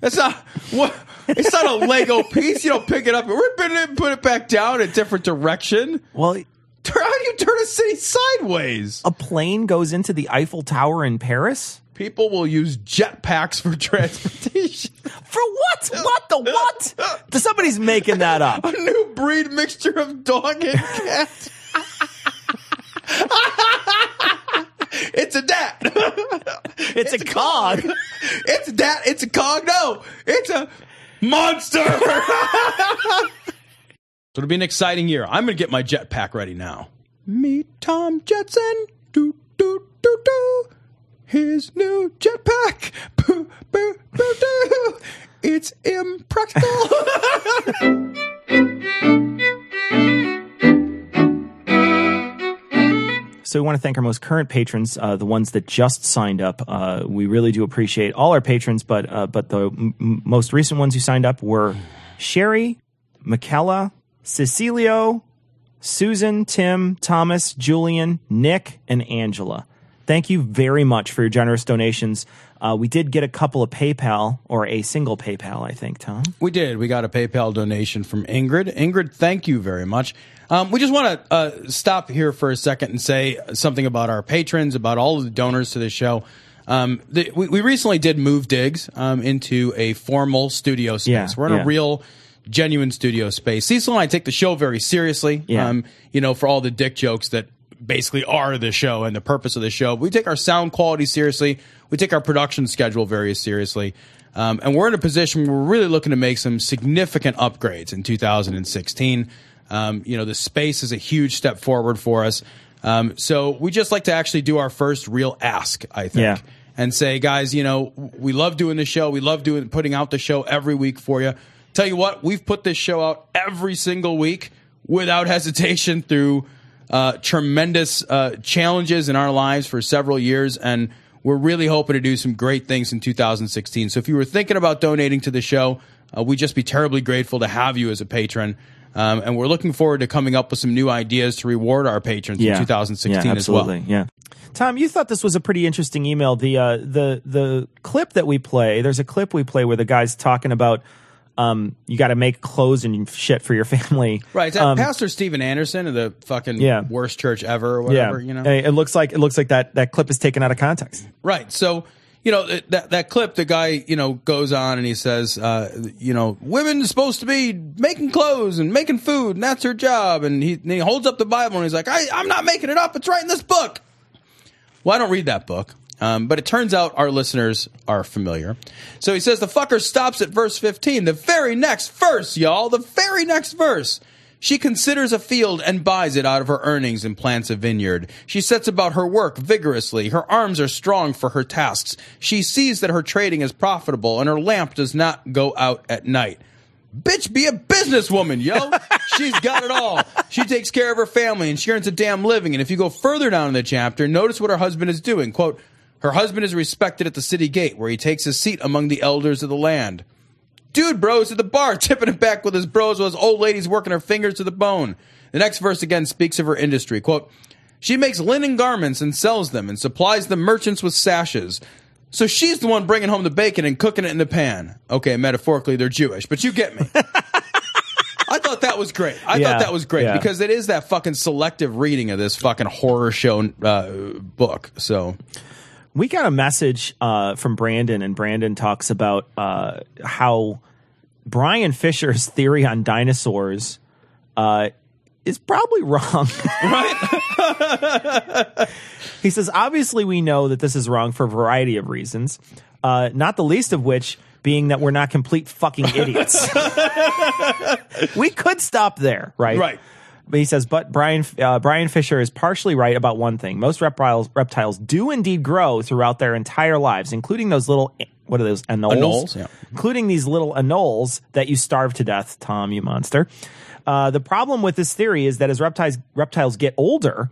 Speaker 4: That's not what. It's not a Lego piece. You don't pick it up and rip it and put it back down in a different direction.
Speaker 3: Well,
Speaker 4: how do you turn a city sideways?
Speaker 3: A plane goes into the Eiffel Tower in Paris.
Speaker 4: People will use jetpacks for <laughs> transportation.
Speaker 3: For what? What the what? Somebody's making that
Speaker 4: <laughs>
Speaker 3: up.
Speaker 4: A new breed mixture of dog and cat. <laughs> <laughs> it's a dat. it's, a, cog. <laughs> it's a dat. It's a cog. No, it's a monster. <laughs> so it'll be an exciting year. I'm going to get my jetpack ready now. Meet Tom Jetson. Do do do do. His new jetpack. Boo boo boo doo. It's <laughs> impractical.
Speaker 3: So we want to thank our most current patrons, uh, the ones that just signed up. Uh, we really do appreciate all our patrons, but uh, but the m- m- most recent ones who signed up were Sherry, Michaela, Cecilio, Susan, Tim, Thomas, Julian, Nick, and Angela. Thank you very much for your generous donations. Uh, we did get a couple of PayPal or a single PayPal, I think, Tom.
Speaker 4: We did. We got a PayPal donation from Ingrid. Ingrid, thank you very much. Um, we just want to uh, stop here for a second and say something about our patrons, about all of the donors to this show. Um, the, we, we recently did move digs um, into a formal studio space.
Speaker 3: Yeah,
Speaker 4: We're in
Speaker 3: yeah.
Speaker 4: a real, genuine studio space. Cecil and I take the show very seriously.
Speaker 3: Yeah.
Speaker 4: Um, you know, for all the dick jokes that basically are the show and the purpose of the show. We take our sound quality seriously. We take our production schedule very seriously. Um, and we're in a position where we're really looking to make some significant upgrades in 2016. Um, you know, the space is a huge step forward for us. Um, so we just like to actually do our first real ask, I think
Speaker 3: Yeah.
Speaker 4: and say, guys, you know, we love doing the show. We love doing putting out the show every week for you. Tell you what, we've put this show out every single week without hesitation through uh, tremendous uh, challenges in our lives for several years, and we're really hoping to do some great things in 2016. So if you were thinking about donating to the show, uh, we'd just be terribly grateful to have you as a patron. Um, and we're looking forward to coming up with some new ideas to reward our patrons in 2016
Speaker 3: yeah,
Speaker 4: as well.
Speaker 3: absolutely. Yeah. Tom, you thought this was a pretty interesting email. The uh, the the clip that we play, there's a clip we play where the guy's talking about um, you got to make clothes and shit for your <laughs> family.
Speaker 4: Right, that
Speaker 3: Um,
Speaker 4: Pastor Steven Anderson of the fucking
Speaker 3: Yeah.
Speaker 4: worst church ever or whatever, you know.
Speaker 3: Hey, It looks like it looks like that that clip is taken out of context.
Speaker 4: Right. So, you know, th- that that clip the guy, you know, goes on and he says, uh, you know, women are supposed to be making clothes and making food and that's her job and he, and he holds up the Bible and he's like, I, I'm not making it up. It's right in this book. Well, I don't read that book, um, but it turns out our listeners are familiar. So he says the fucker stops at verse 15, the very next verse, y'all, the very next verse. She considers a field and buys it out of her earnings and plants a vineyard. She sets about her work vigorously. Her arms are strong for her tasks. She sees that her trading is profitable and her lamp does not go out at night. Bitch, be a businesswoman, yo. She's got it all. She takes care of her family and she earns a damn living. And if you go further down in the chapter, notice what her husband is doing. Quote, her husband is respected at the city gate where he takes his seat among the elders of the land. Dude, bros at the bar, <laughs> tipping it back with his bros while his old lady's working her fingers to the bone. The next verse again speaks of her industry. Quote, she makes linen garments and sells them and supplies the merchants with sashes. So she's the one bringing home the bacon and cooking it in the pan. Okay, metaphorically, they're Jewish, but you get
Speaker 3: <laughs>
Speaker 4: me. I thought that was great. I
Speaker 3: Yeah,
Speaker 4: thought that was great
Speaker 3: yeah.
Speaker 4: because it is that fucking selective reading of this fucking horror show uh, book. So
Speaker 3: we got a message uh, from Brandon, and Brandon talks about uh, how Brian Fisher's theory on dinosaurs uh, is probably wrong. <laughs> right? he says, obviously, we know that this is wrong for a variety of reasons, uh, not the least of which being that we're not complete fucking
Speaker 14: <laughs>
Speaker 4: <laughs>
Speaker 3: idiots. <laughs> we could stop there, right?
Speaker 4: Right.
Speaker 3: But he says, but Brian uh, Brian Fisher is partially right about one thing. Most reptiles reptiles do indeed grow throughout their entire lives, including those little what are those anoles?
Speaker 4: Anoles, yeah.
Speaker 3: Including these little anoles that you starve to death, Tom, you monster. Uh, the problem with this theory is that as reptiles reptiles get older,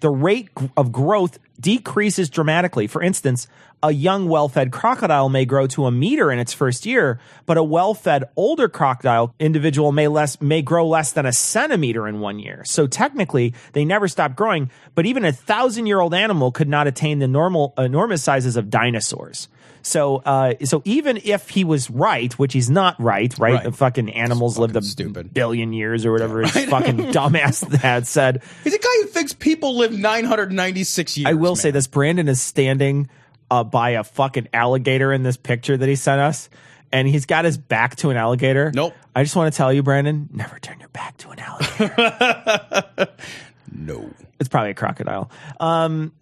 Speaker 3: the rate g- of growth decreases dramatically. For instance, a young well fed crocodile may grow to a meter in its first year, but a well fed older crocodile individual may less may grow less than a centimeter in one year. So technically, they never stop growing, but even a thousand year old animal could not attain the normal enormous sizes of dinosaurs. So, uh, so even if he was right, which he's not right, right?
Speaker 4: Right.
Speaker 3: The fucking animals lived a billion years or whatever
Speaker 4: <laughs>
Speaker 3: his fucking dumbass had said.
Speaker 4: He's a guy who thinks people live 996 years.
Speaker 3: I will say this: Brandon is standing uh, by a fucking alligator in this picture that he sent us, and he's got his back to an alligator. Nope. I just want to tell you, Brandon, never turn your back to an alligator. <laughs> no, it's probably a crocodile. Um,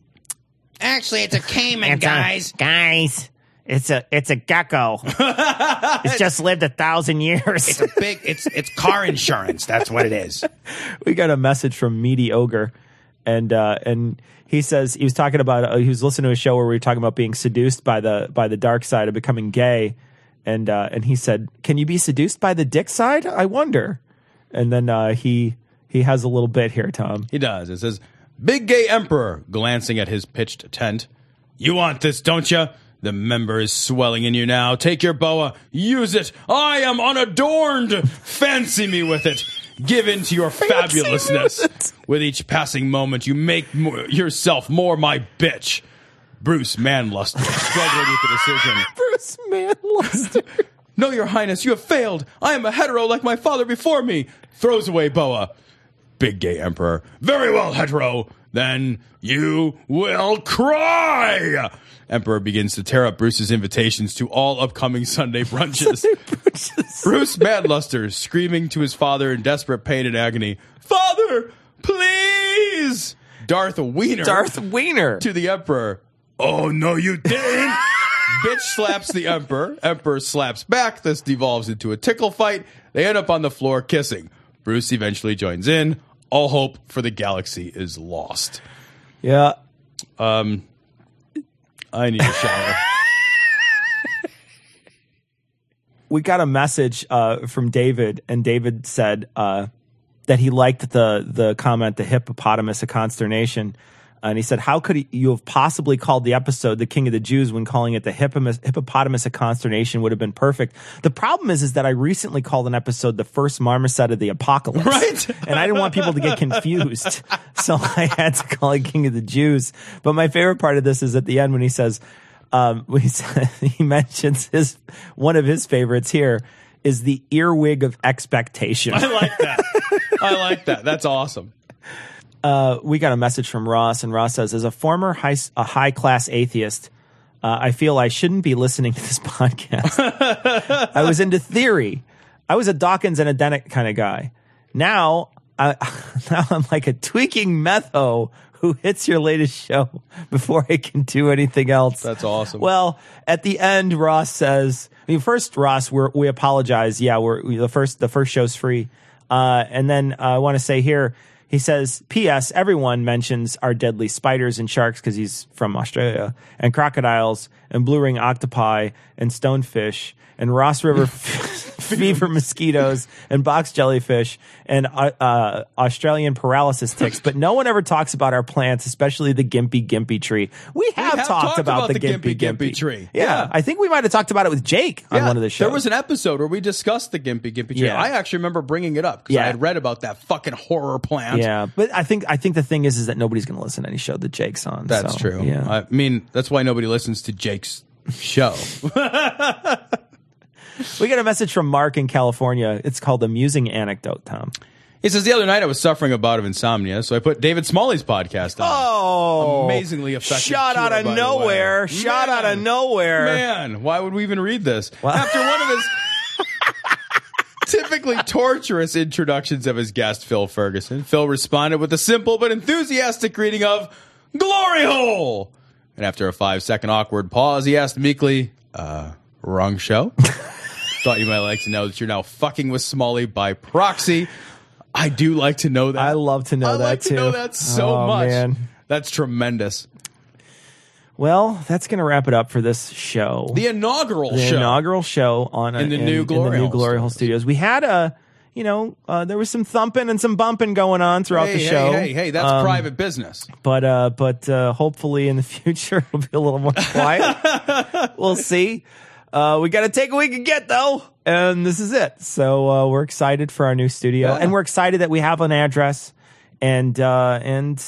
Speaker 20: Actually, it's a caiman,
Speaker 3: it's a-
Speaker 20: guys.
Speaker 3: guys, it's a it's
Speaker 20: <laughs>
Speaker 3: a gecko. it's just lived a thousand years.
Speaker 20: It's a big. It's it's car insurance. That's what it is.
Speaker 3: we got a message from Meaty Ogre, and uh, and he says he was talking about uh, he was listening to a show where we were talking about being seduced by the by the dark side of becoming gay, and uh, and he said, "Can you be seduced by the dick side? I wonder." And then uh, he he has a little bit here, Tom.
Speaker 4: He does. It says, Big Gay Emperor, glancing at his pitched tent. You want this, don't you? The member is swelling in you now. Take your boa, use it. I am unadorned. Fancy me with it. Give in to your fabulousness. With each passing moment, you make mo- yourself more my bitch. Bruce Manlust, struggling with the decision.
Speaker 3: <laughs> Bruce Manluster.
Speaker 4: <laughs> No, Your Highness, you have failed. I am a hetero like my father before me. Throws away boa. Big gay emperor. Very well, hetero. Then you will cry. Emperor begins to tear up Bruce's invitations to all upcoming Sunday brunches. Bruce Madluster, screaming to his father in desperate pain and agony, Father, please! Darth Wiener.
Speaker 3: Darth Wiener.
Speaker 4: To the Emperor. Oh, no, you didn't! Bitch slaps the Emperor. Emperor slaps back. This devolves into a tickle fight. They end up on the floor kissing. Bruce eventually joins in. All hope for the galaxy is lost.
Speaker 3: Yeah.
Speaker 4: Um, I need a shower.
Speaker 3: we got a message uh, from David, and David said uh, that he liked the the comment, the hippopotamus of consternation. And he said, "How could you have possibly called the episode the King of the Jews when calling it the hippopotamus, hippopotamus of consternation would have been perfect?" The problem is, is that I recently called an episode the first marmoset of the apocalypse, right? <laughs> And I didn't want people to get confused, <laughs> so I had to call it King of the Jews. But my favorite part of this is at the end when he says, um, <laughs> we said- he mentions his one of his favorites here is the earwig of expectation.
Speaker 4: I like that. I like that. That's <laughs> awesome.
Speaker 3: Uh, we got a message from Ross, and Ross says, "As a former high a high class atheist, uh, I feel I shouldn't be listening to this <laughs> podcast. I was into theory. I was a Dawkins and a Dennett kind of guy. Now, I, <laughs> now I'm like a tweaking metho who hits your latest show before I can do anything else. That's
Speaker 4: awesome.
Speaker 3: Well, at the end, Ross says, "I mean, first, Ross, we're, we apologize. Yeah, we're we, the first. The first show's free, uh, and then uh, I want to say here." He says, P.S. Everyone mentions our deadly spiders and sharks because he's from Australia, and crocodiles, and blue ring octopi, and stonefish, and Ross <laughs> River fever mosquitoes, and box jellyfish, and uh, uh, Australian paralysis ticks. But no one ever talks about our plants, especially the gimpy gimpy tree. We have,
Speaker 4: have
Speaker 3: talked, about, the, gimpy, gimpy
Speaker 4: tree.
Speaker 3: Yeah,
Speaker 4: Yeah.
Speaker 3: I think we might have talked about it with Jake on one of the shows.
Speaker 4: There was an episode where we discussed the Gimpy Gimpy tree.
Speaker 3: Yeah.
Speaker 4: I actually remember bringing it up because I
Speaker 3: Yeah.
Speaker 4: had read about that fucking horror plant.
Speaker 3: yeah, but I think I think the thing is is that nobody's going to listen to any show that Jake's on.
Speaker 4: That's
Speaker 3: so,
Speaker 4: true.
Speaker 3: <laughs> Yeah.
Speaker 4: I mean, that's why nobody listens to Jake's
Speaker 3: <laughs>
Speaker 4: show.
Speaker 3: We got a message from Mark in California. It's called Amusing Anecdote, Tom.
Speaker 4: He says the other night I was suffering a bout of insomnia, so I put David Smalley's podcast on.
Speaker 3: Oh,
Speaker 4: amazingly effective.
Speaker 3: Shot out
Speaker 4: cure,
Speaker 3: of
Speaker 4: by the
Speaker 3: nowhere.
Speaker 4: way.
Speaker 3: Shot out of
Speaker 4: Man.
Speaker 3: nowhere.
Speaker 4: Man, why would we even read this? After one of
Speaker 3: <laughs>
Speaker 4: his typically torturous introductions of his guest, Phil Ferguson, Phil responded with a simple but enthusiastic greeting of Glory Hole. And after a five second awkward pause, he asked meekly, uh, wrong
Speaker 3: <laughs>
Speaker 4: show? Thought you might like to know that you're now fucking with Smalley by proxy. I do like to know that. I
Speaker 3: love to know
Speaker 4: I
Speaker 3: that
Speaker 4: like to
Speaker 3: too.
Speaker 4: know that so
Speaker 3: Oh,
Speaker 4: much.
Speaker 3: man.
Speaker 4: That's tremendous.
Speaker 3: Well, that's going to wrap it up for this show.
Speaker 4: The inaugural
Speaker 3: the
Speaker 4: show.
Speaker 3: inaugural show on
Speaker 4: In the new
Speaker 3: in
Speaker 4: Glory
Speaker 3: the new
Speaker 4: Hole
Speaker 3: Glory Hole Studios. We had a, you know, uh, there was some thumping and some bumping going on throughout
Speaker 4: hey,
Speaker 3: the show.
Speaker 4: Hey, hey, hey, that's
Speaker 3: Um,
Speaker 4: private business.
Speaker 3: But uh, but uh, hopefully in the <laughs> future it'll be a little
Speaker 4: <laughs>
Speaker 3: more quiet. <laughs> we'll see. Uh, we got to take what we can get though, and this is it. So uh, we're excited for our new studio, and we're excited that we have an address, and uh, and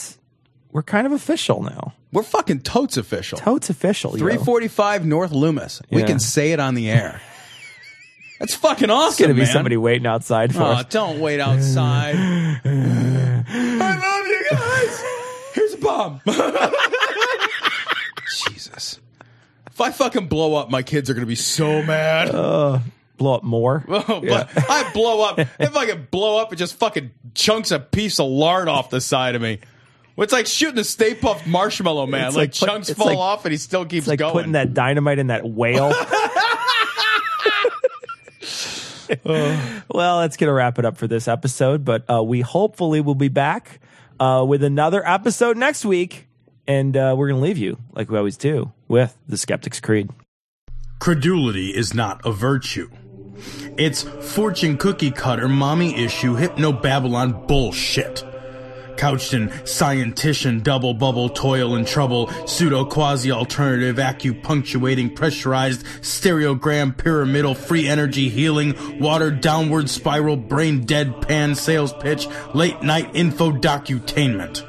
Speaker 3: we're kind of official now.
Speaker 4: We're fucking totes official.
Speaker 3: Totes official. yo.
Speaker 4: 345 North Loomis. We
Speaker 3: Yeah.
Speaker 4: can say it on the air. That's fucking awesome.
Speaker 3: It's gonna be
Speaker 4: man.
Speaker 3: somebody waiting outside for
Speaker 4: Oh,
Speaker 3: us.
Speaker 4: don't wait outside.
Speaker 3: <laughs>
Speaker 4: I love you guys. Here's a bomb. <laughs> Jesus. If I fucking blow up, my kids are going to be so mad.
Speaker 3: Uh, blow up more.
Speaker 4: <laughs> Oh,
Speaker 3: Yeah.
Speaker 4: but I blow up. If I could blow up, it just fucking chunks a piece of lard off the side of me. It's like shooting a Stay Puffed Marshmallow Man.
Speaker 3: It's
Speaker 4: Like,
Speaker 3: put-
Speaker 4: chunks
Speaker 3: it's
Speaker 4: fall
Speaker 3: like-
Speaker 4: off, and he still keeps
Speaker 3: it's like
Speaker 4: going.
Speaker 3: putting that dynamite in that
Speaker 4: <laughs>
Speaker 3: whale. <laughs> well, that's going to wrap it up for this episode, but uh, we hopefully will be back uh, with another episode next week. And uh, we're going to leave you, like we always do, with the Skeptic's Creed.
Speaker 4: Credulity is not a virtue. It's fortune cookie cutter, mommy issue, hypno Babylon bullshit. Couched in scientician, double bubble, toil and trouble, pseudo quasi alternative, acupunctuating, pressurized, stereogram, pyramidal, free energy healing, water downward spiral, brain deadpan, sales pitch, late night info docutainment.